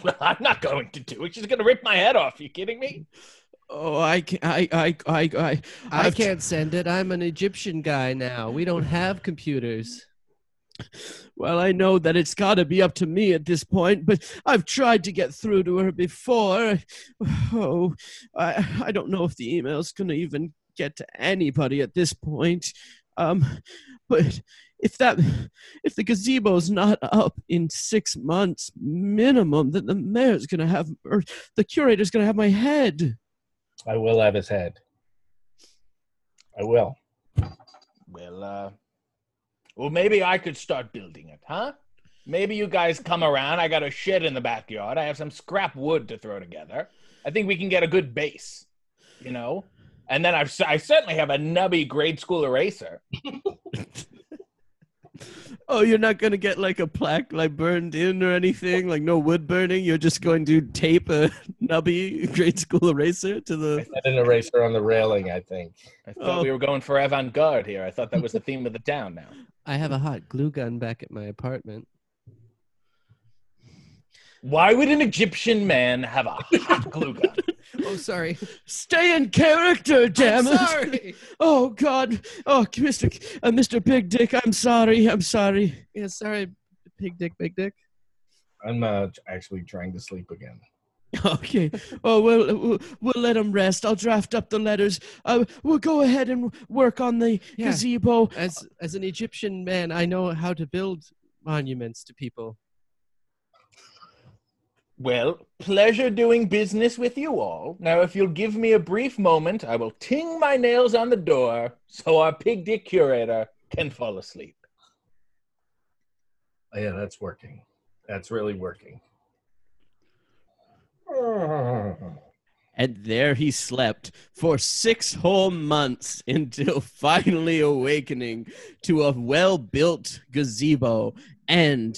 [SPEAKER 9] Well, I'm not going to do it. She's gonna rip my head off. You kidding me?
[SPEAKER 2] Oh, I can I I I I
[SPEAKER 1] I
[SPEAKER 2] I've-
[SPEAKER 1] can't send it. I'm an Egyptian guy now. We don't have computers.
[SPEAKER 2] Well, I know that it's got to be up to me at this point, but I've tried to get through to her before. Oh, I, I don't know if the email's going to even get to anybody at this point. Um, but if that, if the gazebo's not up in six months minimum, then the mayor's going to have, or the curator's going to have my head.
[SPEAKER 6] I will have his head. I will.
[SPEAKER 9] Well, uh, well, maybe I could start building it, huh? Maybe you guys come around. I got a shed in the backyard. I have some scrap wood to throw together. I think we can get a good base, you know. And then I've I certainly have a nubby grade school eraser.
[SPEAKER 2] Oh, you're not going to get like a plaque like burned in or anything, like no wood burning. You're just going to tape a *laughs* nubby grade school eraser to the.
[SPEAKER 6] I had an eraser on the railing, I think.
[SPEAKER 9] I thought
[SPEAKER 2] Oh.
[SPEAKER 9] we were going for avant-garde here. I thought that was the theme of the town. Now,
[SPEAKER 1] I have a hot glue gun back at my apartment.
[SPEAKER 9] why would an Egyptian man have a hot glue gun?
[SPEAKER 1] Oh, sorry.
[SPEAKER 2] Stay in character, damn it!
[SPEAKER 1] sorry.
[SPEAKER 2] *laughs* Oh God! Oh, Mister, uh, Mister Big Dick, I'm sorry. I'm sorry.
[SPEAKER 1] Yeah, sorry, Big Dick, Big Dick.
[SPEAKER 6] I'm uh, actually trying to sleep again.
[SPEAKER 2] Okay. Oh well, we'll, we'll let him rest. I'll draft up the letters. Uh, we'll go ahead and work on the
[SPEAKER 1] Yeah.
[SPEAKER 2] gazebo.
[SPEAKER 1] As as an Egyptian man, I know how to build monuments to people.
[SPEAKER 9] Well, pleasure doing business with you all. Now, if you'll give me a brief moment, I will ting my nails on the door so our pig dick curator can fall asleep.
[SPEAKER 6] Oh, yeah, that's working. That's really working.
[SPEAKER 2] And there he slept for six whole months *laughs* until finally awakening to a well built gazebo and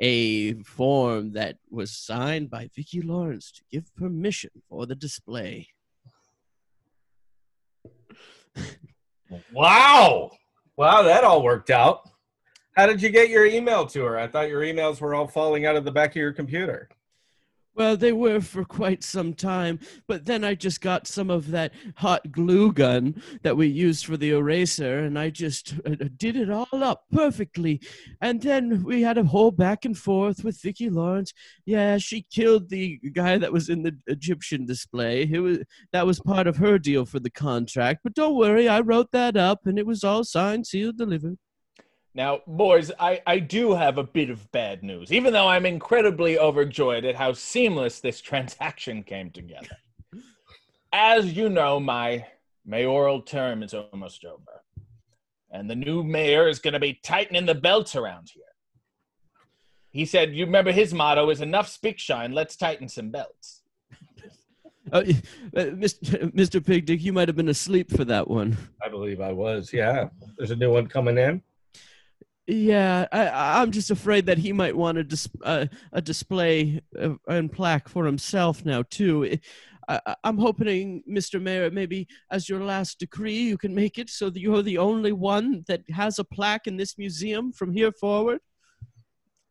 [SPEAKER 2] a form that was signed by Vicki Lawrence to give permission for the display.
[SPEAKER 6] Wow. Wow, that all worked out. How did you get your email to her? I thought your emails were all falling out of the back of your computer.
[SPEAKER 2] Well, they were for quite some time, but then I just got some of that hot glue gun that we used for the eraser, and I just uh, uh, did it all up perfectly. And then we had a whole back and forth with Vicki Lawrence. Yeah, she killed the guy that was in the Egyptian display. It was, that was part of her deal for the contract. But don't worry, I wrote that up, and it was all signed, sealed, delivered.
[SPEAKER 9] Now, boys, I, I do have a bit of bad news, even though I'm incredibly overjoyed at how seamless this *laughs* transaction came together. As you know, my mayoral term is almost over, and the new mayor is going to be tightening the belts around here. He said, You remember his motto is enough speak shine, let's tighten some belts.
[SPEAKER 2] Uh, *laughs* uh, Mr. Mr. Pig Dick, you might have been asleep for that one.
[SPEAKER 6] I believe I was. Yeah. There's a new one coming in.
[SPEAKER 2] Yeah, I- I, I'm just afraid that he might want a, dis- uh, a display uh, and plaque for himself now too. It- I, I- I'm hoping, Mr. Mayor, maybe as your last decree, you can make it so that you are the only one that has a plaque in this museum from here forward.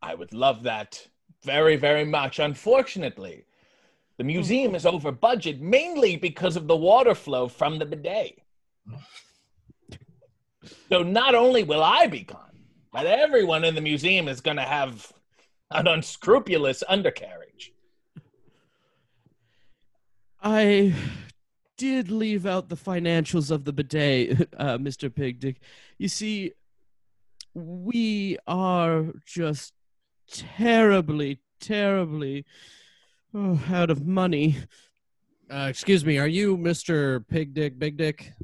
[SPEAKER 9] I would love that very, very much. Unfortunately, The museum is over budget mainly because of the water flow from the bidet. So not only will I be gone, but everyone in the museum is going to have an unscrupulous undercarriage.
[SPEAKER 2] I did leave out the financials of the bidet, *laughs* uh, Mr. Pigdick. You see, we are just terribly, terribly oh, out of money.
[SPEAKER 1] Uh, excuse me, are you Mr. Pig Dick Big Dick?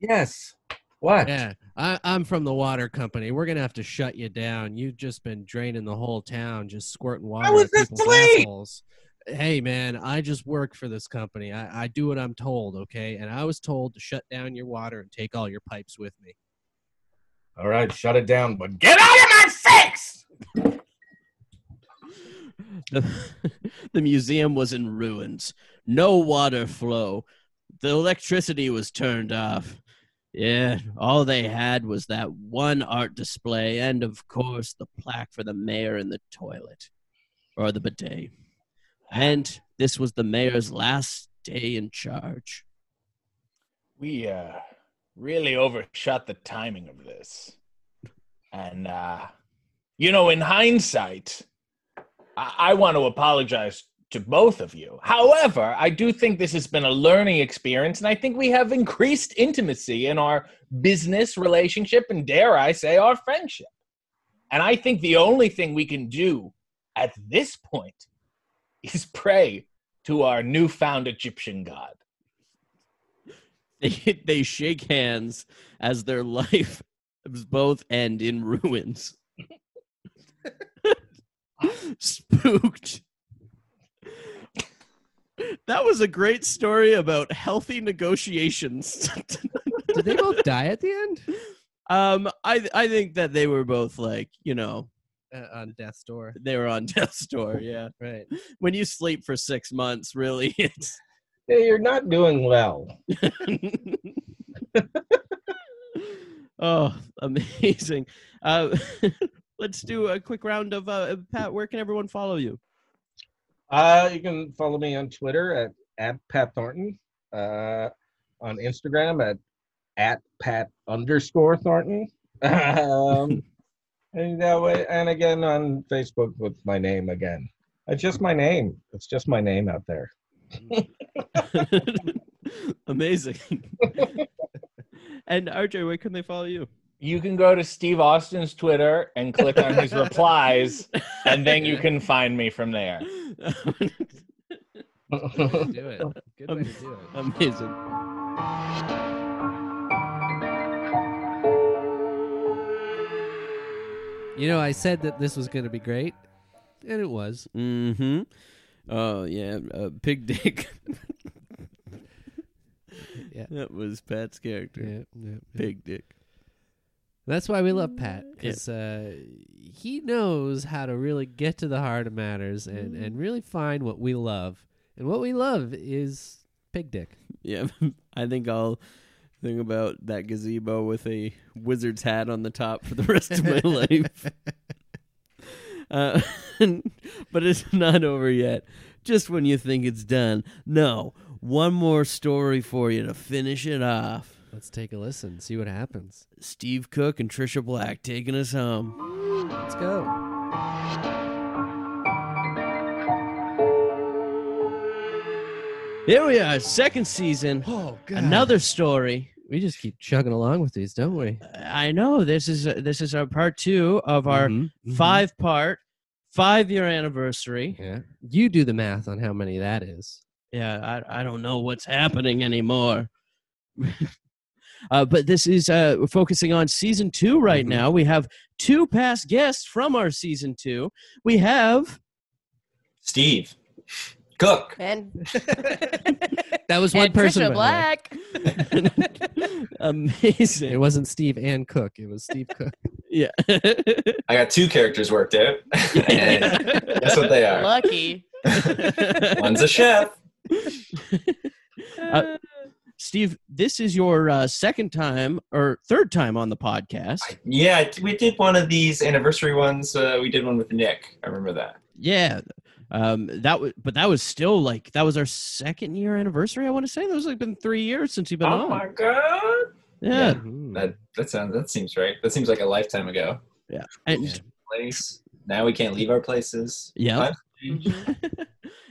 [SPEAKER 6] Yes. What?
[SPEAKER 1] Yeah, I, I'm from the water company. We're gonna have to shut you down. You've just been draining the whole town, just squirting water.
[SPEAKER 6] was
[SPEAKER 1] at people's
[SPEAKER 6] asleep!
[SPEAKER 1] assholes. Hey man, I just work for this company. I, I do what I'm told, okay? And I was told to shut down your water and take all your pipes with me.
[SPEAKER 6] All right, shut it down, but get out of my face!
[SPEAKER 2] *laughs* The, the museum was in ruins. No water flow. The electricity was turned off. Yeah, all they had was that one art display and, of course, the plaque for the mayor in the toilet or the bidet. And this was the mayor's last day in charge. *laughs*
[SPEAKER 9] We uh, really overshot the timing of this. And, uh, you know, in hindsight, I, I want to apologize to both of you. However, I do think this has been a learning experience, and I think we have increased intimacy in our business relationship and, dare I say, our friendship. And I think the only thing we can do at this point is pray to our newfound Egyptian god.
[SPEAKER 2] They, they shake hands as their life *laughs* both end in ruins. *laughs* Spooked. That was a great story about healthy negotiations.
[SPEAKER 1] Did they both die at the end?
[SPEAKER 2] um, I I think that they were both like you know
[SPEAKER 1] Uh, on death's door.
[SPEAKER 2] they were on *laughs* death's door. Yeah,
[SPEAKER 1] Right.
[SPEAKER 2] when you sleep for six months, really, *laughs* it's
[SPEAKER 6] Yeah, you're not doing well.
[SPEAKER 2] *laughs* oh, amazing. Uh, *laughs* let's do a quick round of uh, Pat. Where can everyone follow you?
[SPEAKER 6] Uh, you can follow me on Twitter at, at Pat Thornton, uh, on Instagram at, at Pat underscore Thornton. *laughs*
[SPEAKER 2] *laughs*
[SPEAKER 6] Um, and that way, and again on Facebook with my name again. It's just my name. It's just my name out there.
[SPEAKER 9] *laughs*
[SPEAKER 2] amazing. and RJ, where can they follow you?
[SPEAKER 9] you can go to Steve Austin's Twitter and click on his replies, and then you can find me from
[SPEAKER 2] *laughs*
[SPEAKER 9] there.
[SPEAKER 1] Good way to do it. Good way to do it.
[SPEAKER 2] amazing.
[SPEAKER 1] You know, I said that this was going to be great, and it was.
[SPEAKER 2] Mm-hmm. Oh yeah, uh, pig dick.
[SPEAKER 1] *laughs* Yeah.
[SPEAKER 2] That was Pat's character.
[SPEAKER 1] Yeah, yeah, yeah.
[SPEAKER 2] Pig dick.
[SPEAKER 1] That's why we love Pat because uh, he knows how to really get to the heart of matters and, and really find what we love. And what we love is pig dick.
[SPEAKER 2] Yeah, *laughs* I think I'll think about that gazebo with a wizard's hat on the top for the rest
[SPEAKER 1] *laughs*
[SPEAKER 2] of my life. Uh, *laughs* but it's not over yet. Just when you think it's done, no, one more story for you to finish it off.
[SPEAKER 1] Let's take a listen, see what happens.
[SPEAKER 2] Steve Cook and Trisha Black taking us home.
[SPEAKER 1] Let's go.
[SPEAKER 2] Here we are, second season.
[SPEAKER 1] Oh, God.
[SPEAKER 2] Another story.
[SPEAKER 1] We just keep chugging along with these, don't we?
[SPEAKER 2] I know this is this is our part two of our
[SPEAKER 1] Mhm, mhm.
[SPEAKER 2] five part five year anniversary.
[SPEAKER 1] Yeah. You do the math on how many that is.
[SPEAKER 2] Yeah, I I don't know what's happening anymore. *laughs* uh, but this is uh, we're focusing on season two
[SPEAKER 1] Mm-hmm.
[SPEAKER 2] right now. We have two past guests from our season two. We have
[SPEAKER 5] Steve, cook.
[SPEAKER 10] *laughs*
[SPEAKER 7] And
[SPEAKER 1] That was one
[SPEAKER 7] and
[SPEAKER 1] person. by
[SPEAKER 7] Trisha
[SPEAKER 1] the way.
[SPEAKER 7] Black.
[SPEAKER 1] It
[SPEAKER 2] amazing.
[SPEAKER 1] wasn't Steve and Cook. It was Steve *laughs* Cook.
[SPEAKER 2] Yeah.
[SPEAKER 5] I got two characters worked out. and guess what they are?
[SPEAKER 7] Lucky.
[SPEAKER 5] *laughs* One's a chef.
[SPEAKER 2] Uh, Steve, this is your uh, second time or third time on the podcast.
[SPEAKER 5] Yeah, we did one of these anniversary ones. Uh, we did one with Nick. I remember that.
[SPEAKER 2] Yeah. um that was but that was still like that was our second year anniversary i want to say that was like been three years since you've been
[SPEAKER 7] Oh
[SPEAKER 2] on
[SPEAKER 7] my god.
[SPEAKER 2] yeah, Hmm.
[SPEAKER 7] That that sounds that seems right. That seems like a lifetime ago.
[SPEAKER 2] and
[SPEAKER 7] Place. Now we can't leave our places.
[SPEAKER 2] yeah *laughs*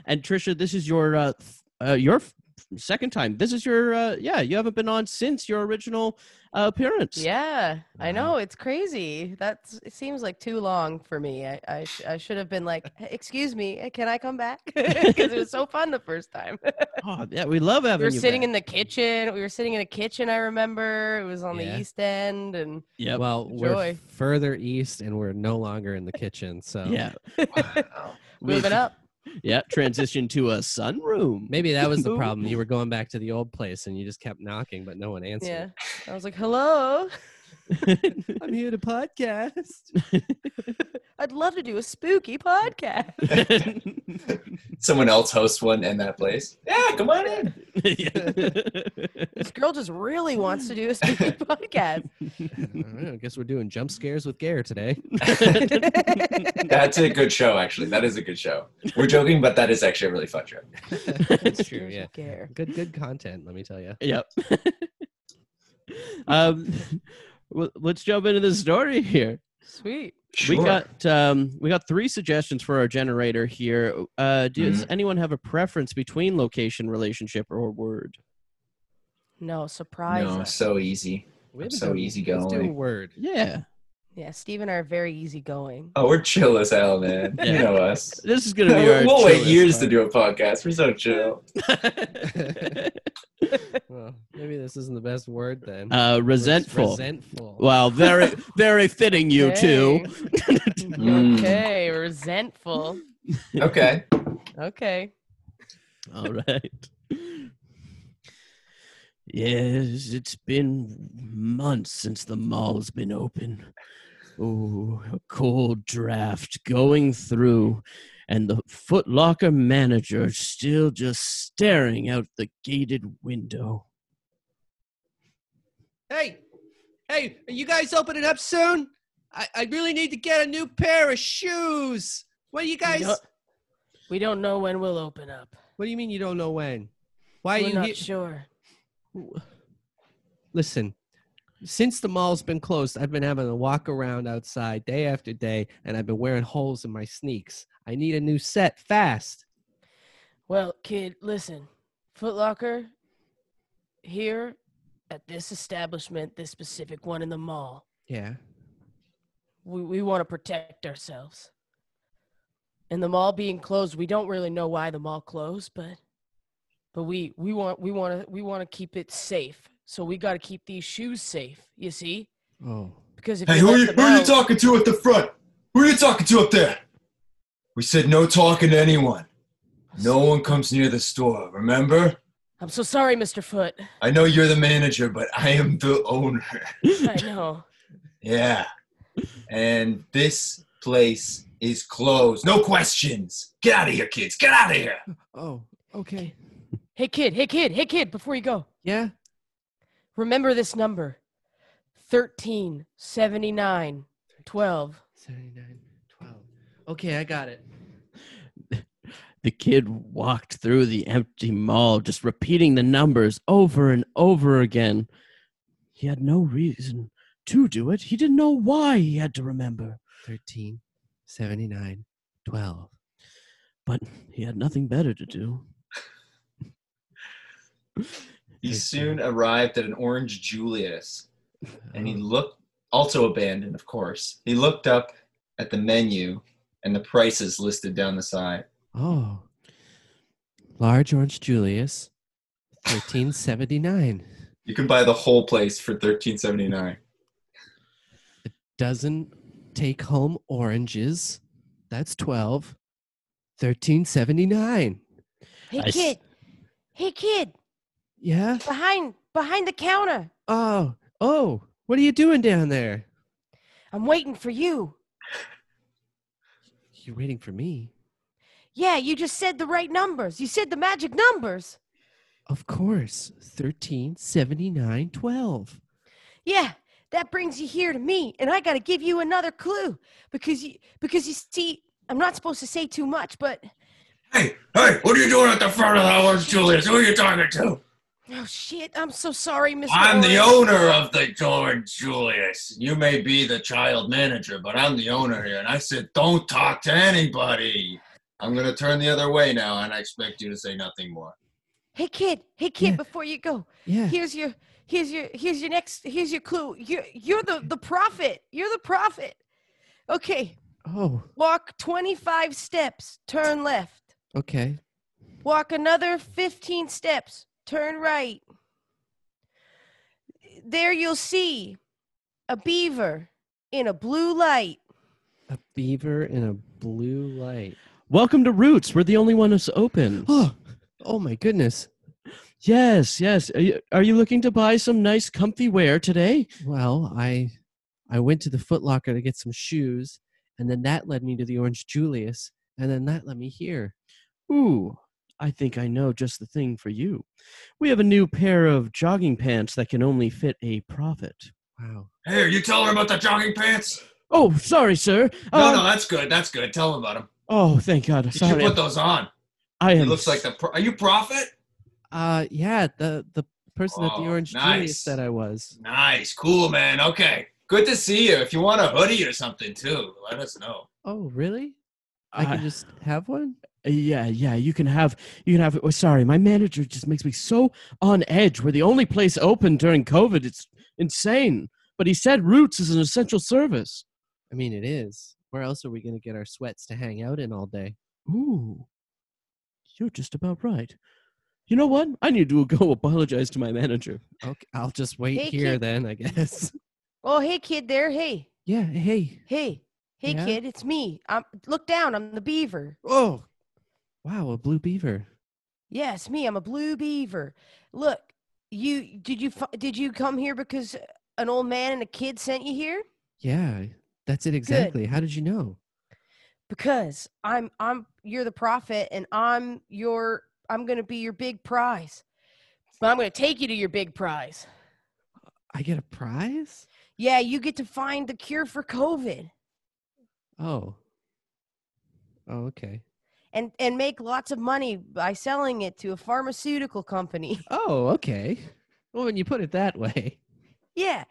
[SPEAKER 2] and trisha this is your uh, th- uh your f- second time this is your uh yeah you haven't been on since your original uh, appearance
[SPEAKER 10] Yeah, I
[SPEAKER 1] Wow.
[SPEAKER 10] know it's crazy. That's it seems like too long for me. I I, sh- I should have been like, "Hey, excuse me, eh, can I come back? *laughs* Because it was so fun the first time.
[SPEAKER 7] *laughs*
[SPEAKER 2] oh yeah we love having
[SPEAKER 10] we were
[SPEAKER 2] you
[SPEAKER 10] sitting
[SPEAKER 2] back.
[SPEAKER 10] in the kitchen. We were sitting in a kitchen. I remember it was on
[SPEAKER 1] Yeah.
[SPEAKER 10] the East End, and
[SPEAKER 2] Yep.
[SPEAKER 1] Well, we're
[SPEAKER 10] Enjoy.
[SPEAKER 1] further east and we're no longer in the kitchen. So
[SPEAKER 2] yeah *laughs*
[SPEAKER 7] Wow.
[SPEAKER 10] *laughs* moving up.
[SPEAKER 2] yeah transition to a sunroom
[SPEAKER 1] maybe that was the
[SPEAKER 2] *laughs* Ooh.
[SPEAKER 1] problem. You were going back to the old place and you just kept knocking, but no one answered.
[SPEAKER 10] Yeah, I was like,
[SPEAKER 7] *laughs*
[SPEAKER 10] hello.
[SPEAKER 1] I'm here to podcast.
[SPEAKER 10] I'd love to do a spooky podcast.
[SPEAKER 7] Someone else hosts one in that
[SPEAKER 2] *laughs*
[SPEAKER 7] place. *laughs* Yeah, come on in.
[SPEAKER 10] this girl just really wants to do a
[SPEAKER 7] *laughs*
[SPEAKER 10] spooky podcast.
[SPEAKER 1] *laughs* I guess we're doing jump scares with Gare today.
[SPEAKER 2] *laughs*
[SPEAKER 7] That's a good show, actually. That is a good show. We're joking, but that is actually a really fun show.
[SPEAKER 1] That's true.
[SPEAKER 10] Girls
[SPEAKER 1] Yeah.
[SPEAKER 10] don't care.
[SPEAKER 1] Good, good content. Let me tell you. *laughs*
[SPEAKER 2] Yep. *laughs*
[SPEAKER 10] *laughs*
[SPEAKER 2] um, well, let's jump into the story here.
[SPEAKER 10] Sweet.
[SPEAKER 2] We got um, we got three suggestions for our generator here. Uh, does anyone have a preference between location, relationship, or word?
[SPEAKER 10] No surprise.
[SPEAKER 7] no,
[SPEAKER 10] us.
[SPEAKER 7] so e easy. I'm
[SPEAKER 1] We haven't
[SPEAKER 7] so
[SPEAKER 1] done-
[SPEAKER 7] easygoing.
[SPEAKER 1] Let's do a word.
[SPEAKER 2] Yeah,
[SPEAKER 10] Yeah, Steve and I are very easygoing.
[SPEAKER 7] Oh, we're chill as hell, man. You
[SPEAKER 2] Yeah.
[SPEAKER 7] know us.
[SPEAKER 2] this is gonna be our.
[SPEAKER 7] We'll wait
[SPEAKER 2] chillest
[SPEAKER 7] years to
[SPEAKER 2] part.
[SPEAKER 7] do a podcast. We're so chill.
[SPEAKER 1] *laughs* Well, maybe this isn't the best word then.
[SPEAKER 2] uh,
[SPEAKER 1] Res-
[SPEAKER 2] resentful.
[SPEAKER 1] Resentful.
[SPEAKER 2] well, very
[SPEAKER 10] *laughs*
[SPEAKER 1] *laughs*
[SPEAKER 2] very fitting, you two. *laughs*
[SPEAKER 7] Mm.
[SPEAKER 10] Okay, resentful.
[SPEAKER 7] Okay.
[SPEAKER 10] Okay.
[SPEAKER 2] All right. Yes, it's been months since the mall's been open. Oh, a cold draft going through, and the Footlocker manager still just staring out the gated window.
[SPEAKER 8] Hey, hey, are you guys opening up soon? I, I really need to get a new pair of shoes. What do you guys?
[SPEAKER 10] No. We don't know when we'll open up.
[SPEAKER 1] what do you mean you don't know when? Why
[SPEAKER 10] We're
[SPEAKER 1] are you
[SPEAKER 10] not
[SPEAKER 1] here?
[SPEAKER 10] sure.
[SPEAKER 1] Listen, since the mall's been closed, I've been having a walk around outside day after day, and I've been wearing holes in my sneaks. I need a new set fast.
[SPEAKER 10] Well, kid, listen. Foot Locker here at this establishment, this specific one in the mall.
[SPEAKER 1] Yeah.
[SPEAKER 10] We we want to protect ourselves. And the mall being closed, we don't really know why the mall closed, but but we we want we want to we want to keep it safe. So we got to keep these shoes safe, you see?
[SPEAKER 1] Oh.
[SPEAKER 10] Because if
[SPEAKER 3] Hey,
[SPEAKER 10] you
[SPEAKER 3] who
[SPEAKER 10] let
[SPEAKER 3] are you,
[SPEAKER 10] them
[SPEAKER 3] who are you
[SPEAKER 10] out-
[SPEAKER 3] talking to at the front? Who are you talking to up there? We said no talking to anyone. No one comes near the store, remember?
[SPEAKER 10] I'm so sorry, Mr.
[SPEAKER 3] *laughs*
[SPEAKER 10] Foot.
[SPEAKER 3] I know you're the manager, but I am the owner. *laughs*
[SPEAKER 10] I know.
[SPEAKER 3] Yeah. And this place is closed. No questions. Get out of here, kids. Get out of here.
[SPEAKER 1] Oh. Okay.
[SPEAKER 10] Hey kid, hey kid, hey kid, before you go.
[SPEAKER 1] Yeah.
[SPEAKER 10] Remember this number. 13 79 12.
[SPEAKER 1] 79, 12. Okay, I got it.
[SPEAKER 2] The kid walked through the empty mall, just repeating the numbers over and over again. He had no reason to do it. He didn't know why he had to remember.
[SPEAKER 1] 13, 79, 12.
[SPEAKER 2] but he had nothing better to do.
[SPEAKER 7] He soon arrived at an Orange Julius and
[SPEAKER 2] Oh.
[SPEAKER 7] he looked, also abandoned, of course. He looked up at the menu and the prices listed down the side.
[SPEAKER 1] Oh. Large Orange Julius,
[SPEAKER 2] *laughs*
[SPEAKER 1] 1379.
[SPEAKER 7] You can buy the whole place for thirteen seventy nine.
[SPEAKER 1] Dozen take home oranges. That's 12. 1379.
[SPEAKER 10] Hey
[SPEAKER 2] I s-
[SPEAKER 10] kid. Hey kid,
[SPEAKER 1] Yeah.
[SPEAKER 10] behind behind the counter.
[SPEAKER 1] Oh. Oh. What are you doing down there?
[SPEAKER 10] I'm waiting for you.
[SPEAKER 1] You're waiting for me.
[SPEAKER 10] Yeah, you just said the right numbers. You said the magic numbers.
[SPEAKER 1] Of course. 1379 12.
[SPEAKER 10] Yeah, that brings you here to me, and I got to give you another clue because you because you see, I'm not supposed to say too much, but
[SPEAKER 7] Hey, hey, what are you doing at the front of the Orange Julius? Who are you talking to?
[SPEAKER 10] Oh shit! I'm so sorry, Mr.
[SPEAKER 7] I'm the
[SPEAKER 10] Orange.
[SPEAKER 7] owner of the Orange Julius. You may be the child manager, but I'm the owner here. And I said, don't talk to anybody. I'm going to turn the other way now, and I expect you to say nothing more.
[SPEAKER 10] Hey kid, hey kid,
[SPEAKER 2] Yeah.
[SPEAKER 10] before you go,
[SPEAKER 2] Yeah.
[SPEAKER 10] here's your here's your here's your next here's your clue. You're you're the the prophet. You're the prophet. Okay,
[SPEAKER 2] Oh,
[SPEAKER 10] walk 25 steps, turn left.
[SPEAKER 2] okay.
[SPEAKER 10] Walk another 15 steps, turn right. There you'll see a beaver in a blue light.
[SPEAKER 1] A beaver in a blue light.
[SPEAKER 2] Welcome to Roots. We're the only one that's open.
[SPEAKER 1] *gasps* Oh, oh my goodness.
[SPEAKER 2] yes, yes. Are you, are you looking to buy some nice comfy wear today?
[SPEAKER 1] Well, I I went to the Foot Locker to get some shoes, and then that led me to the Orange Julius, and then that led me here.
[SPEAKER 2] Ooh, I think I know just the thing for you. We have a new pair of jogging pants that can only fit a prophet.
[SPEAKER 1] Wow.
[SPEAKER 7] Hey, are you telling her about the jogging pants?
[SPEAKER 2] Oh, sorry, sir.
[SPEAKER 7] No,
[SPEAKER 2] Uh,
[SPEAKER 7] no, that's good. That's good. Tell him about them.
[SPEAKER 2] Oh, thank God.
[SPEAKER 7] You should
[SPEAKER 2] Sorry.
[SPEAKER 7] put those on.
[SPEAKER 2] I
[SPEAKER 7] He
[SPEAKER 2] am.
[SPEAKER 7] looks like the. Pro- are you Prophet?
[SPEAKER 1] Uh yeah, the the person at the
[SPEAKER 7] Oh,
[SPEAKER 1] Orange
[SPEAKER 7] nice.
[SPEAKER 1] Julius said I was.
[SPEAKER 7] Nice, cool, man. Okay, good to see you. If you want a hoodie or something too, let us know.
[SPEAKER 1] Oh, really? I
[SPEAKER 2] I-
[SPEAKER 1] can just have one?
[SPEAKER 2] Uh, Yeah, yeah. You can have. You can have. Oh, sorry, my manager just makes me so on edge. We're the only place open during COVID. It's insane. But he said Roots is an essential service.
[SPEAKER 1] I mean it is. Where else are we gonna get our sweats to hang out in all day?
[SPEAKER 2] Ooh, you're just about right. You know what? I
[SPEAKER 8] *laughs*
[SPEAKER 2] need to go apologize to my manager.
[SPEAKER 1] Okay, I'll just wait
[SPEAKER 10] Hey,
[SPEAKER 1] here
[SPEAKER 10] kid.
[SPEAKER 1] then, I guess. *laughs*
[SPEAKER 10] Oh, hey kid there. Hey.
[SPEAKER 1] yeah, hey.
[SPEAKER 10] Hey. Hey
[SPEAKER 1] Yeah?
[SPEAKER 10] kid, it's me. I'm look down. I'm the beaver.
[SPEAKER 1] Oh. Wow, a blue beaver.
[SPEAKER 10] Yes, me. I'm a blue beaver. Look, you did you fi- did you come here because an old man and a kid sent you here?
[SPEAKER 1] Yeah, that's it exactly. How did you know?
[SPEAKER 10] Because I'm I'm you're the prophet and I'm your I'm going to be your big prize. But I'm going to take you to your big prize.
[SPEAKER 1] I get a prize?
[SPEAKER 10] Yeah, you get to find the cure for COVID
[SPEAKER 1] Oh. Oh, okay.
[SPEAKER 10] and and make lots of money by selling it to a pharmaceutical company. *laughs*
[SPEAKER 1] Oh, okay. Well, when you put it that way. *laughs*
[SPEAKER 10] Yeah.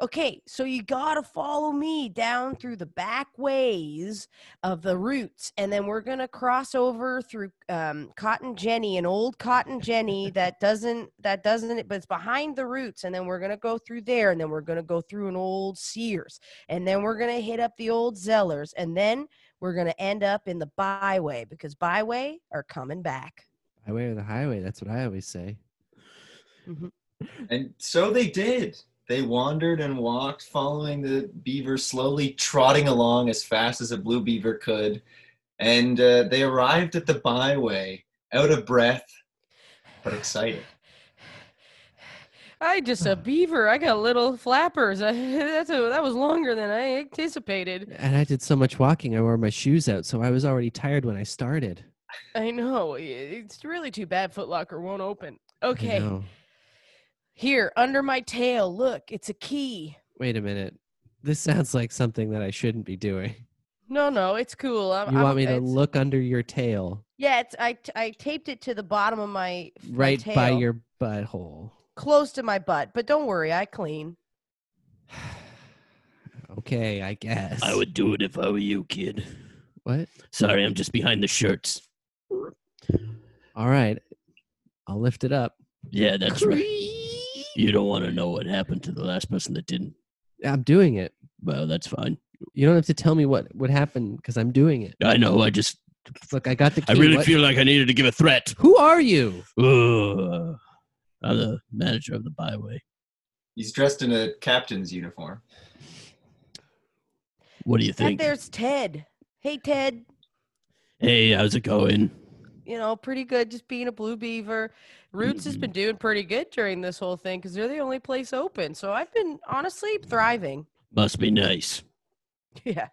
[SPEAKER 10] Okay, so you gotta follow me down through the back ways of the roots, and then we're gonna cross over through um, Cotton Jenny, an old Cotton *laughs* Jenny that doesn't that doesn't, but it's behind the roots, and then we're gonna go through there, and then we're gonna go through an old Sears, and then we're gonna hit up the old Zellers, and then we're gonna end up in the byway because byway are coming back.
[SPEAKER 1] Highway or the highway, that's what I always say.
[SPEAKER 7] And so they did. They wandered and walked, following the beaver slowly, trotting along as fast as a blue beaver could. And uh, they arrived at the byway, out of breath, but excited.
[SPEAKER 10] I just
[SPEAKER 1] *sighs*
[SPEAKER 10] a beaver. I got little flappers. *laughs* I, that's a, that was longer than I anticipated.
[SPEAKER 1] And I did so much walking, I wore my shoes out, so I was already tired when I started.
[SPEAKER 10] I know. i- It's really too bad Foot Locker won't open.
[SPEAKER 1] I
[SPEAKER 10] Okay.
[SPEAKER 1] know.
[SPEAKER 10] Here, under my tail, look, it's a key.
[SPEAKER 1] Wait a minute. This sounds like something that I shouldn't be doing.
[SPEAKER 10] No, no, it's cool. I'm,
[SPEAKER 1] You
[SPEAKER 10] I'm-
[SPEAKER 1] want me to
[SPEAKER 10] it's-
[SPEAKER 1] look under your tail,
[SPEAKER 10] Yeah, it's, I, t- I taped it to the bottom of my f- my
[SPEAKER 1] right by
[SPEAKER 10] tail,
[SPEAKER 1] your butthole.
[SPEAKER 10] close to my butt. But don't worry, I clean.
[SPEAKER 1] okay, I guess.
[SPEAKER 8] I would do it if I were you, kid.
[SPEAKER 1] What?
[SPEAKER 8] Sorry, I'm just behind the shirts.
[SPEAKER 1] All right. I'll lift it up.
[SPEAKER 8] Yeah, that's right. You don't want to know what happened to the last person that didn't.
[SPEAKER 1] I'm doing it.
[SPEAKER 8] Well, that's fine.
[SPEAKER 1] You don't have to tell me what would happen because I'm doing it.
[SPEAKER 8] I know. I just,
[SPEAKER 1] Look, I got the key.
[SPEAKER 8] I really
[SPEAKER 1] What-
[SPEAKER 8] feel like I needed to give a threat.
[SPEAKER 1] Who are you?
[SPEAKER 8] Ugh. Uh, I'm the manager of the byway.
[SPEAKER 7] He's dressed in a captain's uniform.
[SPEAKER 8] What do you
[SPEAKER 10] And
[SPEAKER 8] think?
[SPEAKER 10] there's Ted. Hey, Ted.
[SPEAKER 8] Hey, how's it going?
[SPEAKER 10] You know, pretty good just being a blue beaver. Roots has
[SPEAKER 8] Mhm.
[SPEAKER 10] been doing pretty good during this whole thing because they're the only place open. So I've been honestly thriving. *laughs*
[SPEAKER 8] Must be nice.
[SPEAKER 10] Yeah.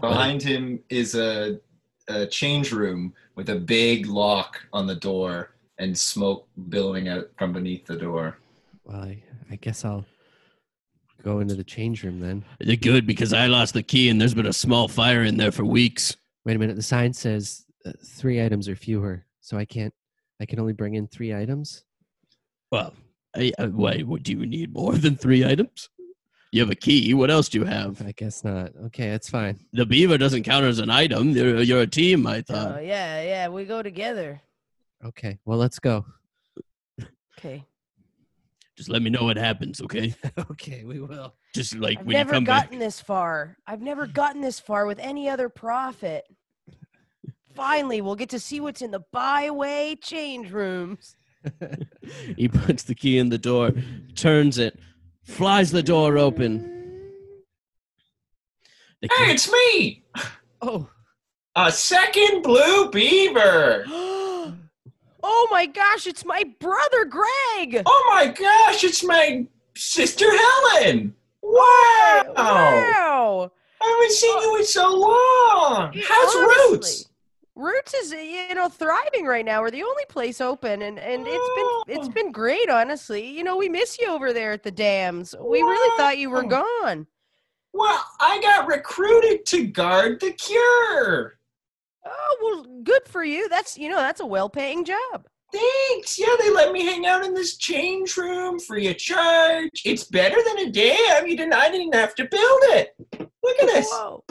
[SPEAKER 7] Behind him is a, a change room with a big lock on the door and smoke billowing out from beneath the door.
[SPEAKER 1] Well, I, I guess I'll go into the change room then.
[SPEAKER 8] Is it good? Because I lost the key and there's been a small fire in there for weeks.
[SPEAKER 1] Wait a minute. The sign says uh, three items or fewer, so I can't. I can only bring in three items.
[SPEAKER 8] Well, I, I, why would- do you need more than three items? You have a key. What else do you have?
[SPEAKER 1] I guess not. Okay, that's fine.
[SPEAKER 8] The beaver doesn't count as an item. You're, you're a team, I
[SPEAKER 10] Oh
[SPEAKER 8] thought.
[SPEAKER 10] yeah, yeah, we go together.
[SPEAKER 1] Okay, well let's go.
[SPEAKER 10] Okay.
[SPEAKER 8] Just let me know what happens, okay?
[SPEAKER 1] *laughs* okay, we will.
[SPEAKER 8] Just like
[SPEAKER 10] I've
[SPEAKER 8] when you
[SPEAKER 10] never
[SPEAKER 8] come
[SPEAKER 10] gotten
[SPEAKER 8] back.
[SPEAKER 10] this far. I've never gotten this far with any other prophet.
[SPEAKER 8] *laughs*
[SPEAKER 10] Finally, we'll get to see what's in the byway change rooms.
[SPEAKER 8] *laughs* He puts the key in the door, turns it, flies the door open. The
[SPEAKER 7] Hey,
[SPEAKER 8] key-
[SPEAKER 7] it's me!
[SPEAKER 1] Oh,
[SPEAKER 7] A second blue beaver!
[SPEAKER 10] *gasps* oh my gosh, it's my brother Greg!
[SPEAKER 7] Oh my gosh, it's my sister Helen! Wow!
[SPEAKER 10] Wow!
[SPEAKER 7] I haven't seen you in so long! How's
[SPEAKER 10] Honestly,
[SPEAKER 7] Roots?
[SPEAKER 10] Roots is you know thriving right now. We're the only place open, and and it's been it's
[SPEAKER 7] Oh.
[SPEAKER 10] been great. Honestly, you know we miss you over there at the dams. We really thought you were gone.
[SPEAKER 7] Well, I got recruited to guard the cure!
[SPEAKER 10] Oh well, good for you. That's you know that's a well-paying job.
[SPEAKER 7] Thanks! Yeah, they let me hang out in this change room free of charge. It's better than a dam. You didn't, I didn't have to build it. Look at this.
[SPEAKER 10] Whoa,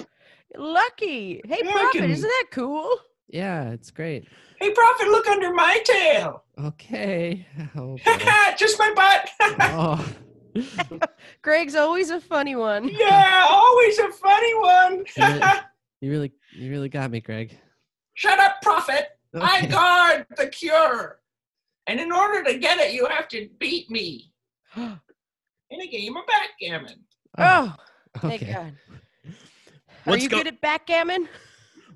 [SPEAKER 10] lucky. Hey,
[SPEAKER 7] Yeah, I
[SPEAKER 10] Prophet,
[SPEAKER 7] can-
[SPEAKER 10] isn't that cool?
[SPEAKER 1] yeah, it's great.
[SPEAKER 7] Hey, Prophet, look under my tail. *laughs*
[SPEAKER 1] Okay. Oh, boy.
[SPEAKER 7] Just my butt.
[SPEAKER 8] *laughs*
[SPEAKER 7] *laughs*
[SPEAKER 1] oh.
[SPEAKER 10] Greg's always a funny one.
[SPEAKER 7] yeah, always a funny one.
[SPEAKER 1] You really- you really, you really got me, Greg.
[SPEAKER 7] Shut up, Prophet. I
[SPEAKER 1] Okay.
[SPEAKER 7] guard the cure. And in order to get it, you have to beat
[SPEAKER 1] *gasps*
[SPEAKER 7] me in a game of backgammon.
[SPEAKER 1] Oh,
[SPEAKER 10] Oh,
[SPEAKER 7] *laughs*
[SPEAKER 10] thank
[SPEAKER 1] okay.
[SPEAKER 10] God. Are
[SPEAKER 8] What's
[SPEAKER 10] you
[SPEAKER 8] go-
[SPEAKER 10] good at backgammon?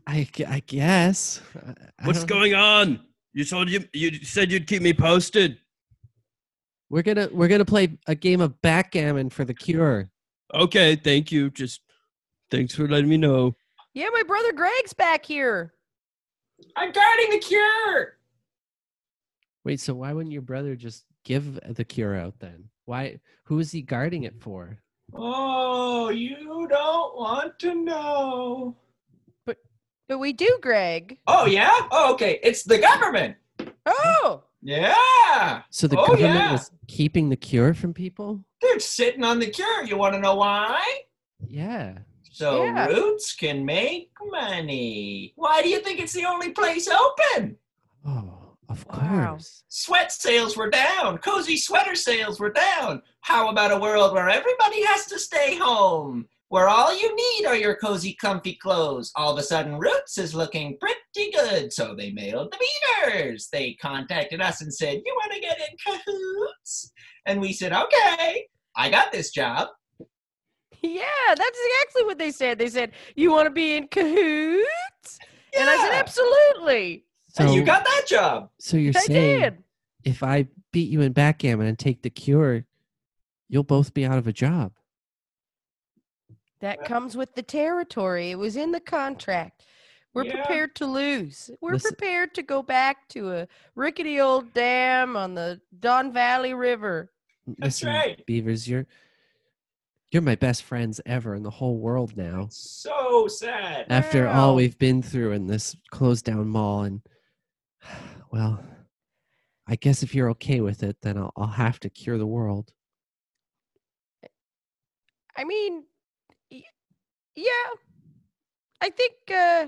[SPEAKER 1] I, gu- I guess. I- I
[SPEAKER 8] What's
[SPEAKER 1] don't-
[SPEAKER 8] going on? You told you you said you'd keep me posted.
[SPEAKER 1] We're gonna we're gonna play a game of backgammon for the cure.
[SPEAKER 8] Okay, thank you. Just thanks for letting me know.
[SPEAKER 10] Yeah, my brother Greg's back here.
[SPEAKER 7] I'm guarding the cure.
[SPEAKER 1] Wait, so why wouldn't your brother just give the cure out then? Why? Who is he guarding it for?
[SPEAKER 7] Oh, you don't want to know.
[SPEAKER 10] But we do, Greg.
[SPEAKER 7] Oh, yeah? Oh, okay. It's the government.
[SPEAKER 10] Oh,
[SPEAKER 7] Yeah.
[SPEAKER 1] So the
[SPEAKER 7] Oh,
[SPEAKER 1] government
[SPEAKER 7] yeah.
[SPEAKER 1] was keeping the cure from people?
[SPEAKER 7] They're sitting on the cure. You want to know why?
[SPEAKER 1] Yeah.
[SPEAKER 7] So
[SPEAKER 10] Yeah.
[SPEAKER 7] Roots can make money. Why do you think it's the only place open?
[SPEAKER 1] Oh, of
[SPEAKER 10] Wow.
[SPEAKER 1] course.
[SPEAKER 7] Sweat sales were down. Cozy sweater sales were down. How about a world where everybody has to stay home? Where all you need are your cozy, comfy clothes. All of a sudden, Roots is looking pretty good. So they mailed the beavers. They contacted us and said, You want to get in cahoots? And we said, Okay, I got this job.
[SPEAKER 10] yeah, that's exactly what they said. They said, You want to be in cahoots? And I said,
[SPEAKER 7] Yeah.
[SPEAKER 10] Absolutely.
[SPEAKER 1] So
[SPEAKER 7] And you got that job.
[SPEAKER 1] so you're
[SPEAKER 10] I
[SPEAKER 1] saying
[SPEAKER 10] did.
[SPEAKER 1] if I beat you in backgammon and take the cure, you'll both be out of a job.
[SPEAKER 10] That comes with the territory. It was in the contract. We're
[SPEAKER 7] Yeah.
[SPEAKER 10] prepared to lose. We're
[SPEAKER 1] Listen-
[SPEAKER 10] prepared to go back to a rickety old dam on the Don Valley River.
[SPEAKER 7] That's
[SPEAKER 1] Listen,
[SPEAKER 7] right.
[SPEAKER 1] Beavers, you're you're my best friends ever in the whole world now.
[SPEAKER 7] So Oh, sad.
[SPEAKER 1] After all
[SPEAKER 10] Wow.
[SPEAKER 1] we've been through in this closed down mall and *sighs* well, I guess if you're okay with it, then I'll, I'll have to cure the world.
[SPEAKER 10] I mean, y- yeah. I think uh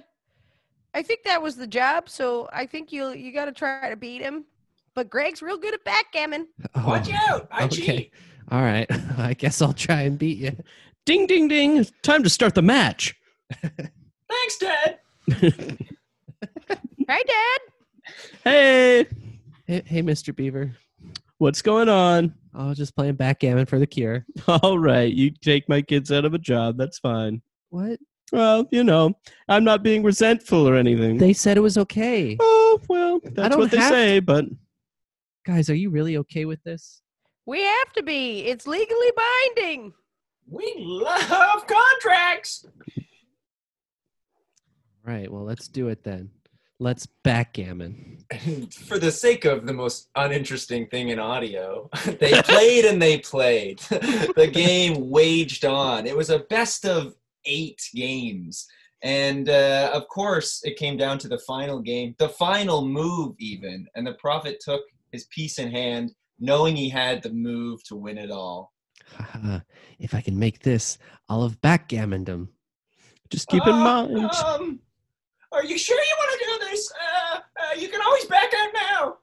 [SPEAKER 10] I think that was the job, so I think you you got to try to beat him. But Greg's real good at backgammon.
[SPEAKER 1] *laughs* Oh,
[SPEAKER 7] Watch out! I
[SPEAKER 1] okay.
[SPEAKER 7] cheat.
[SPEAKER 1] All right. *laughs* I guess I'll try and beat you.
[SPEAKER 8] Ding ding ding. Time to start the match.
[SPEAKER 7] Thanks,
[SPEAKER 1] *laughs*
[SPEAKER 7] Ted.
[SPEAKER 10] *laughs* Right, Dad?
[SPEAKER 8] Hey,
[SPEAKER 1] Hey, hey, Mr. Beaver.
[SPEAKER 8] what's going on?
[SPEAKER 1] Oh, just playing backgammon for the cure.
[SPEAKER 2] *laughs*
[SPEAKER 8] All right, you take my kids out of a job. That's fine.
[SPEAKER 1] What?
[SPEAKER 8] Well, you know, I'm not being resentful or anything.
[SPEAKER 1] They said it was okay.
[SPEAKER 8] oh, well, that's
[SPEAKER 1] don't
[SPEAKER 8] what they
[SPEAKER 1] have
[SPEAKER 8] say, but
[SPEAKER 1] Guys, are you really okay with this?
[SPEAKER 10] We have to be. It's legally binding.
[SPEAKER 7] We love contracts.
[SPEAKER 1] Right. Well, let's do it then. Let's backgammon.
[SPEAKER 7] For the sake of the most uninteresting thing in audio, *laughs* they played and they played. *laughs* the game waged on. It was a best of eight games. And uh, of course, it came down to the final game, the final move, even. And the prophet took his piece in hand, knowing he had the move to win it all.
[SPEAKER 1] Haha, Uh-huh. if I can make this, I'll have backgammondom.
[SPEAKER 2] Just keep in mind.
[SPEAKER 7] Um, are you sure you want to do this? Uh, uh, you can always back out now.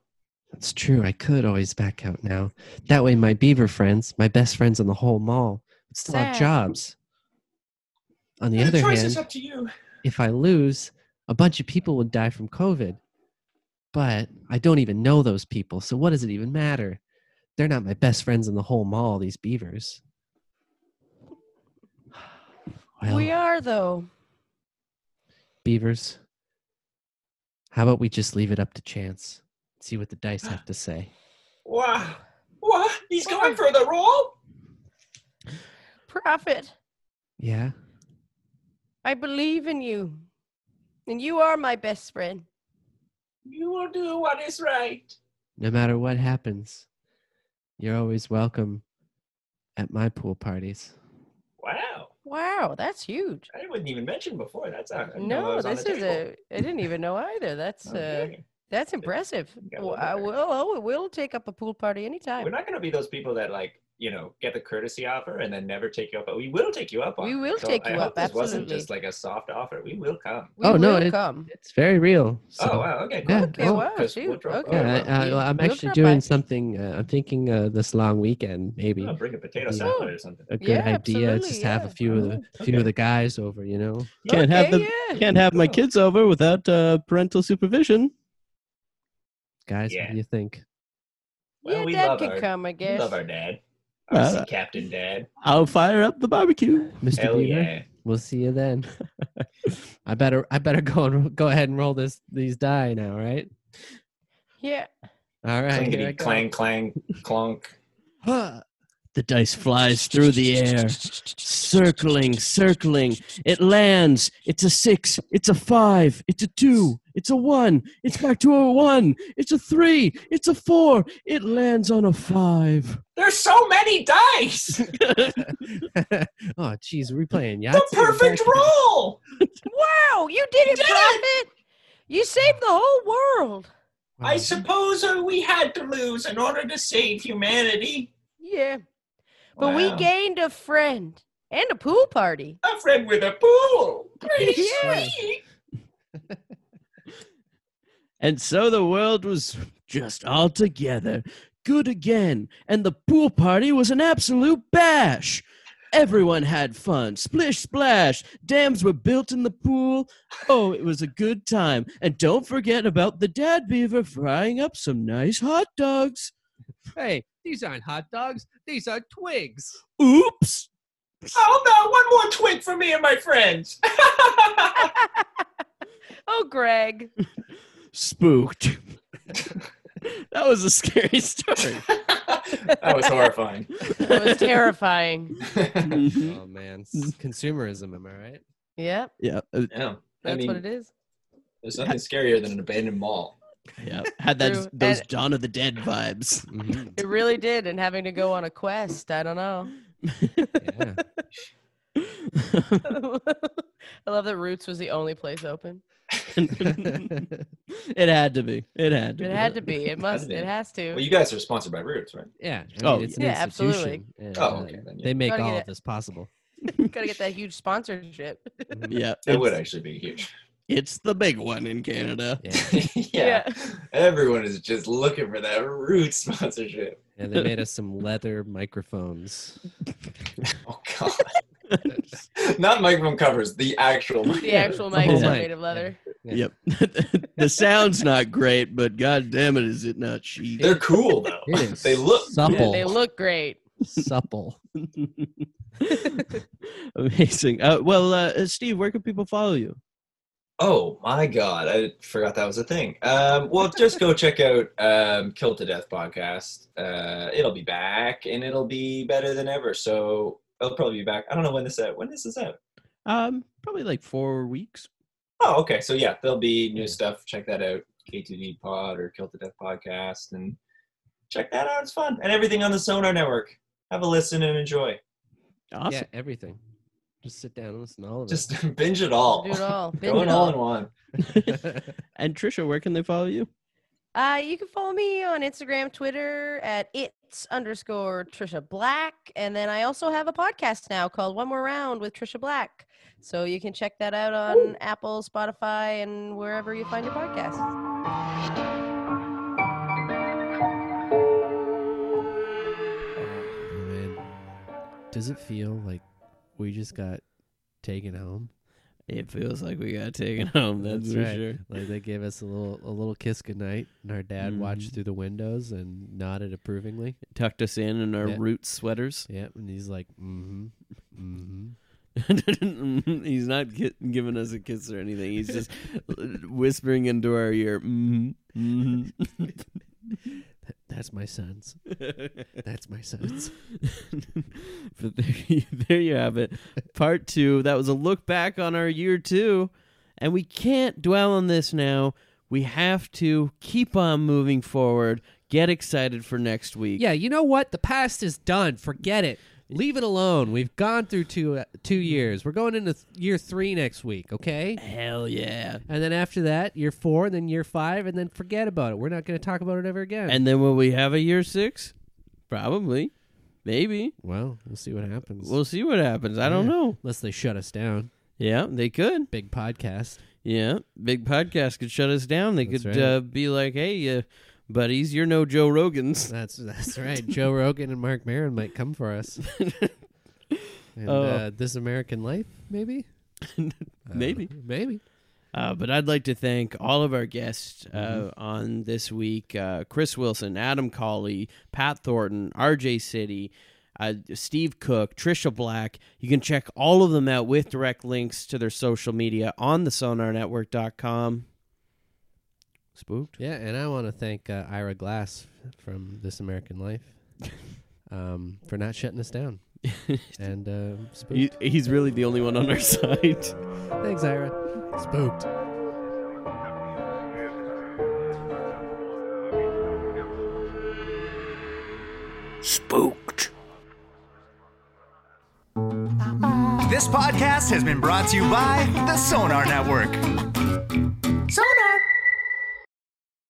[SPEAKER 1] That's true. I could always back out now. That way, my beaver friends, my best friends in the whole mall, would still have
[SPEAKER 10] Sad.
[SPEAKER 1] jobs. On the other
[SPEAKER 7] choice
[SPEAKER 1] hand,
[SPEAKER 7] is up to you.
[SPEAKER 1] if I lose, a bunch of people would die from COVID. But I don't even know those people, so what does it even matter? They're not my best friends in the whole mall, these beavers. Well,
[SPEAKER 10] we are though.
[SPEAKER 1] beavers, how about we just leave it up to chance? See what the dice have
[SPEAKER 7] *gasps*
[SPEAKER 1] to say.
[SPEAKER 7] Wow. What? He's going for the roll?
[SPEAKER 10] Prophet,
[SPEAKER 1] Yeah?
[SPEAKER 10] I believe in you. And you are my best friend.
[SPEAKER 7] You will do what is right.
[SPEAKER 1] No matter what happens, you're always welcome at my pool parties.
[SPEAKER 7] Wow.
[SPEAKER 10] Wow, that's huge.
[SPEAKER 7] I wouldn't even mention before. That's not.
[SPEAKER 10] No, this is a I didn't even know either.
[SPEAKER 7] Oh,
[SPEAKER 10] That's uh that's impressive.
[SPEAKER 7] got
[SPEAKER 10] Well,
[SPEAKER 7] one
[SPEAKER 10] I
[SPEAKER 7] there.
[SPEAKER 10] will oh, I will take up a pool party
[SPEAKER 7] We're
[SPEAKER 10] anytime.
[SPEAKER 7] not going to be those people that like you know get the courtesy offer and then never take you up. But we will take you up on.
[SPEAKER 10] We
[SPEAKER 7] it.
[SPEAKER 10] will
[SPEAKER 7] So
[SPEAKER 10] take
[SPEAKER 7] I
[SPEAKER 10] you
[SPEAKER 7] hope
[SPEAKER 10] up,
[SPEAKER 7] This wasn't just
[SPEAKER 10] absolutely.
[SPEAKER 7] like a soft offer. We will come.
[SPEAKER 10] We
[SPEAKER 1] Oh, no,
[SPEAKER 10] will
[SPEAKER 1] it-
[SPEAKER 10] come.
[SPEAKER 1] It's very real. so-
[SPEAKER 7] oh wow. Okay. Cool.
[SPEAKER 1] yeah,
[SPEAKER 10] Okay,
[SPEAKER 1] oh,
[SPEAKER 10] wow,
[SPEAKER 7] Because we'll
[SPEAKER 10] shoot,
[SPEAKER 7] drop-
[SPEAKER 10] okay.
[SPEAKER 1] Yeah,
[SPEAKER 7] well,
[SPEAKER 1] I, I, I'm
[SPEAKER 10] we'll
[SPEAKER 1] actually
[SPEAKER 10] drop
[SPEAKER 1] doing
[SPEAKER 10] by.
[SPEAKER 1] something. Uh, I'm thinking uh, this long weekend, maybe
[SPEAKER 7] I'll bring a potato
[SPEAKER 1] Yeah.
[SPEAKER 7] salad or something.
[SPEAKER 1] a good
[SPEAKER 10] Yeah,
[SPEAKER 1] idea. is
[SPEAKER 10] absolutely,
[SPEAKER 1] Just have a
[SPEAKER 10] yeah.
[SPEAKER 1] few of the few
[SPEAKER 7] okay.
[SPEAKER 1] of the guys over, you know.
[SPEAKER 2] Can't have
[SPEAKER 10] Okay,
[SPEAKER 2] the
[SPEAKER 10] yeah.
[SPEAKER 2] can't have my
[SPEAKER 7] Oh.
[SPEAKER 2] kids over without uh, parental supervision.
[SPEAKER 1] Guys, what
[SPEAKER 7] Yeah.
[SPEAKER 1] do you think?
[SPEAKER 7] Well,
[SPEAKER 10] yeah,
[SPEAKER 7] we
[SPEAKER 10] dad
[SPEAKER 7] love
[SPEAKER 10] can
[SPEAKER 7] our-
[SPEAKER 10] come, I
[SPEAKER 7] We
[SPEAKER 10] guess.
[SPEAKER 7] love our dad. Our
[SPEAKER 2] Uh,
[SPEAKER 7] sea captain dad.
[SPEAKER 2] I'll fire up the barbecue.
[SPEAKER 1] Mr.
[SPEAKER 7] Hell
[SPEAKER 1] Beaver,
[SPEAKER 7] yeah.
[SPEAKER 1] we'll see you then. *laughs* I better I better go and ro- go ahead and roll this these die now, right?
[SPEAKER 10] Yeah.
[SPEAKER 1] All right. here I
[SPEAKER 7] Clinkety
[SPEAKER 1] go.
[SPEAKER 7] clang clang clonk.
[SPEAKER 2] The dice flies through the air, circling, circling. It lands. It's a six. It's a five. It's a two. It's a one. It's back to a one. It's a three. It's a four. It lands on a five.
[SPEAKER 7] There's so many
[SPEAKER 1] *laughs*
[SPEAKER 7] dice.
[SPEAKER 1] oh, jeez, we're playing Yahtzee.
[SPEAKER 7] The
[SPEAKER 1] or
[SPEAKER 7] perfect
[SPEAKER 1] backgammon?
[SPEAKER 7] roll.
[SPEAKER 10] Wow, you did it,
[SPEAKER 7] did it!
[SPEAKER 10] Prophet! You saved the whole world.
[SPEAKER 1] Wow.
[SPEAKER 7] I suppose uh, we had to lose in order to save humanity.
[SPEAKER 10] Yeah. But we
[SPEAKER 7] Wow.
[SPEAKER 10] gained a friend and a pool party.
[SPEAKER 7] a friend with a pool. Pretty
[SPEAKER 10] *laughs* Yeah.
[SPEAKER 7] sweet.
[SPEAKER 2] And so the world was just all together, good again. And the pool party was an absolute bash. Everyone had fun. Splish splash. Dams were built in the pool. Oh, it was a good time. And don't forget about the dad beaver frying up some nice hot dogs.
[SPEAKER 1] Hey, these aren't hot dogs. These are twigs.
[SPEAKER 2] Oops.
[SPEAKER 7] Oh no, one more twig for me and my friends.
[SPEAKER 10] Oh,
[SPEAKER 1] *laughs*
[SPEAKER 10] Greg.
[SPEAKER 2] Spooked. *laughs* that was a scary story.
[SPEAKER 7] *laughs* that was horrifying.
[SPEAKER 10] That was
[SPEAKER 1] *laughs*
[SPEAKER 10] terrifying.
[SPEAKER 2] Mhm.
[SPEAKER 1] Oh man, s- consumerism, am I right?
[SPEAKER 10] Yep.
[SPEAKER 2] Yeah. uh,
[SPEAKER 7] Yeah.
[SPEAKER 10] That's
[SPEAKER 7] I mean,
[SPEAKER 10] what it is.
[SPEAKER 7] there's nothing scarier than an abandoned mall.
[SPEAKER 2] yeah. Had that,
[SPEAKER 10] True.
[SPEAKER 2] those
[SPEAKER 10] And-
[SPEAKER 2] Dawn of the Dead
[SPEAKER 10] *laughs*
[SPEAKER 2] vibes. Mm-hmm.
[SPEAKER 1] Mhm,
[SPEAKER 10] It really did. And having to go on a quest, I don't know. *laughs*
[SPEAKER 1] Yeah.
[SPEAKER 10] I love that Roots was the only place
[SPEAKER 2] *laughs*
[SPEAKER 10] open.
[SPEAKER 2] it had to be. It had to.
[SPEAKER 10] It
[SPEAKER 2] be.
[SPEAKER 10] had to be. It must. It
[SPEAKER 7] be.
[SPEAKER 10] has
[SPEAKER 7] Well,
[SPEAKER 10] to.
[SPEAKER 7] you guys are sponsored by Roots, right?
[SPEAKER 1] Yeah. I
[SPEAKER 2] Oh,
[SPEAKER 1] mean, it's an
[SPEAKER 10] yeah, absolutely.
[SPEAKER 1] institution. and,
[SPEAKER 7] Oh,
[SPEAKER 1] uh,
[SPEAKER 7] okay, then, yeah.
[SPEAKER 1] They make
[SPEAKER 10] Gotta get
[SPEAKER 1] all of
[SPEAKER 10] it.
[SPEAKER 1] this possible.
[SPEAKER 10] Gotta get that huge sponsorship.
[SPEAKER 1] Mhm.
[SPEAKER 2] Yeah,
[SPEAKER 7] That would
[SPEAKER 2] it's-
[SPEAKER 7] actually be huge.
[SPEAKER 2] It's the big one in Canada.
[SPEAKER 1] Yeah.
[SPEAKER 2] *laughs*
[SPEAKER 7] *laughs* yeah. Everyone is just looking for that Roots sponsorship.
[SPEAKER 1] And they made us some
[SPEAKER 11] *laughs*
[SPEAKER 1] leather microphones.
[SPEAKER 7] Oh god. Not microphone covers, the actual
[SPEAKER 10] The actual mic
[SPEAKER 1] whole
[SPEAKER 2] Oh
[SPEAKER 10] is
[SPEAKER 1] mic.
[SPEAKER 10] made of leather.
[SPEAKER 1] Yeah.
[SPEAKER 2] Yep. *laughs* the sound's not great, but god damn it, is it not cheap?
[SPEAKER 7] They're cool though.
[SPEAKER 1] *laughs* It is
[SPEAKER 7] They look
[SPEAKER 1] supple.
[SPEAKER 10] They look great.
[SPEAKER 1] supple.
[SPEAKER 2] *laughs* Amazing. Uh, well, uh, uh, Steve, where can people follow you?
[SPEAKER 7] Oh my god, I forgot that was a thing. Um, well, just go check out um, Kill to Death podcast. Uh, it'll be back and it'll be better than ever. So it'll probably be back. I don't know when this out. When this is out.
[SPEAKER 2] Um, probably like
[SPEAKER 1] *laughs*
[SPEAKER 2] four weeks.
[SPEAKER 7] Oh, okay. So yeah, there'll be new stuff. Check that out. K2D Pod or Kill to Death podcast, and check that out. It's fun and everything on the Sonar Network. Have a listen and enjoy.
[SPEAKER 2] Awesome.
[SPEAKER 1] Yeah, everything. Just sit down and listen to all of
[SPEAKER 11] Just *laughs* binge it all.
[SPEAKER 10] Do
[SPEAKER 11] *laughs*
[SPEAKER 10] it all. Binge
[SPEAKER 11] Go
[SPEAKER 10] it
[SPEAKER 11] in all in one.
[SPEAKER 1] it.
[SPEAKER 2] *laughs* And Trisha, where can they follow you?
[SPEAKER 10] Uh, you can follow me on Instagram, Twitter at it's underscore Trisha Black. And then I also have a podcast now called One More Round with Trisha Black. So you can check that out on Apple, Spotify, and wherever you find your podcasts.
[SPEAKER 1] Oh, man. Does it feel like we just got taken home?
[SPEAKER 2] It feels like we got taken *laughs* home. That's,
[SPEAKER 1] That's
[SPEAKER 2] for
[SPEAKER 1] right.
[SPEAKER 2] sure.
[SPEAKER 1] Like they gave us a little a little kiss goodnight, and our dad
[SPEAKER 2] Mm-hmm.
[SPEAKER 1] watched through the windows and nodded approvingly.
[SPEAKER 2] Tucked us in in our
[SPEAKER 1] Yeah.
[SPEAKER 2] root sweaters.
[SPEAKER 1] Yep, and he's like, mm-hmm, mm-hmm.
[SPEAKER 2] *laughs* he's not ki- giving us a kiss or anything. He's just whispering into our ear. Mm-hmm,
[SPEAKER 1] *laughs* That's my son's. mm-hmm." That's my son's.
[SPEAKER 2] *laughs* but there you, there you have it. Part two. That was a look back on our year two. And we can't dwell on this now. We have to keep on moving forward. Get excited for next week.
[SPEAKER 1] Yeah, you know what? The past is done. Forget it. Leave it alone. We've gone through two uh, two years. We're going into th- year three next week. Okay.
[SPEAKER 2] Hell yeah.
[SPEAKER 1] And then after that, year four, and then year five, and then forget about it. We're not going to talk about it ever again.
[SPEAKER 2] And then will we have a year six? Probably. Maybe.
[SPEAKER 1] well, we'll see what happens.
[SPEAKER 2] We'll see what happens. I don't
[SPEAKER 1] Yeah.
[SPEAKER 2] know.
[SPEAKER 1] Unless they shut us down.
[SPEAKER 2] Yeah, they could.
[SPEAKER 1] Big podcast.
[SPEAKER 2] Yeah, big podcast could shut us down. They
[SPEAKER 1] That's
[SPEAKER 2] could
[SPEAKER 1] right.
[SPEAKER 2] uh, be like, "Hey, uh, buddies, you're no Joe Rogans."
[SPEAKER 1] That's *laughs* that's right. Joe Rogan and Mark Maron might come for
[SPEAKER 2] *laughs*
[SPEAKER 1] us. And
[SPEAKER 2] Oh.
[SPEAKER 1] uh, this American Life, maybe. I don't
[SPEAKER 2] Maybe.
[SPEAKER 1] know. maybe.
[SPEAKER 2] Uh, but I'd like to thank all of our guests uh,
[SPEAKER 1] Mm-hmm.
[SPEAKER 2] on this week: uh, Chris Wilson, Adam Colley, Pat Thornton, R.J. City. Uh, Steve Cook, Trisha Black. You can check all of them out with direct links to their social media on the sonarnetwork.com. Spooked?
[SPEAKER 1] Yeah, and I want to thank uh, Ira Glass from This American Life um, for not shutting us down. and uh, spooked.
[SPEAKER 2] He, he's really the only one on our *laughs* side.
[SPEAKER 1] Thanks, Ira. Spooked.
[SPEAKER 7] This podcast has been brought to you by the Sonar Network.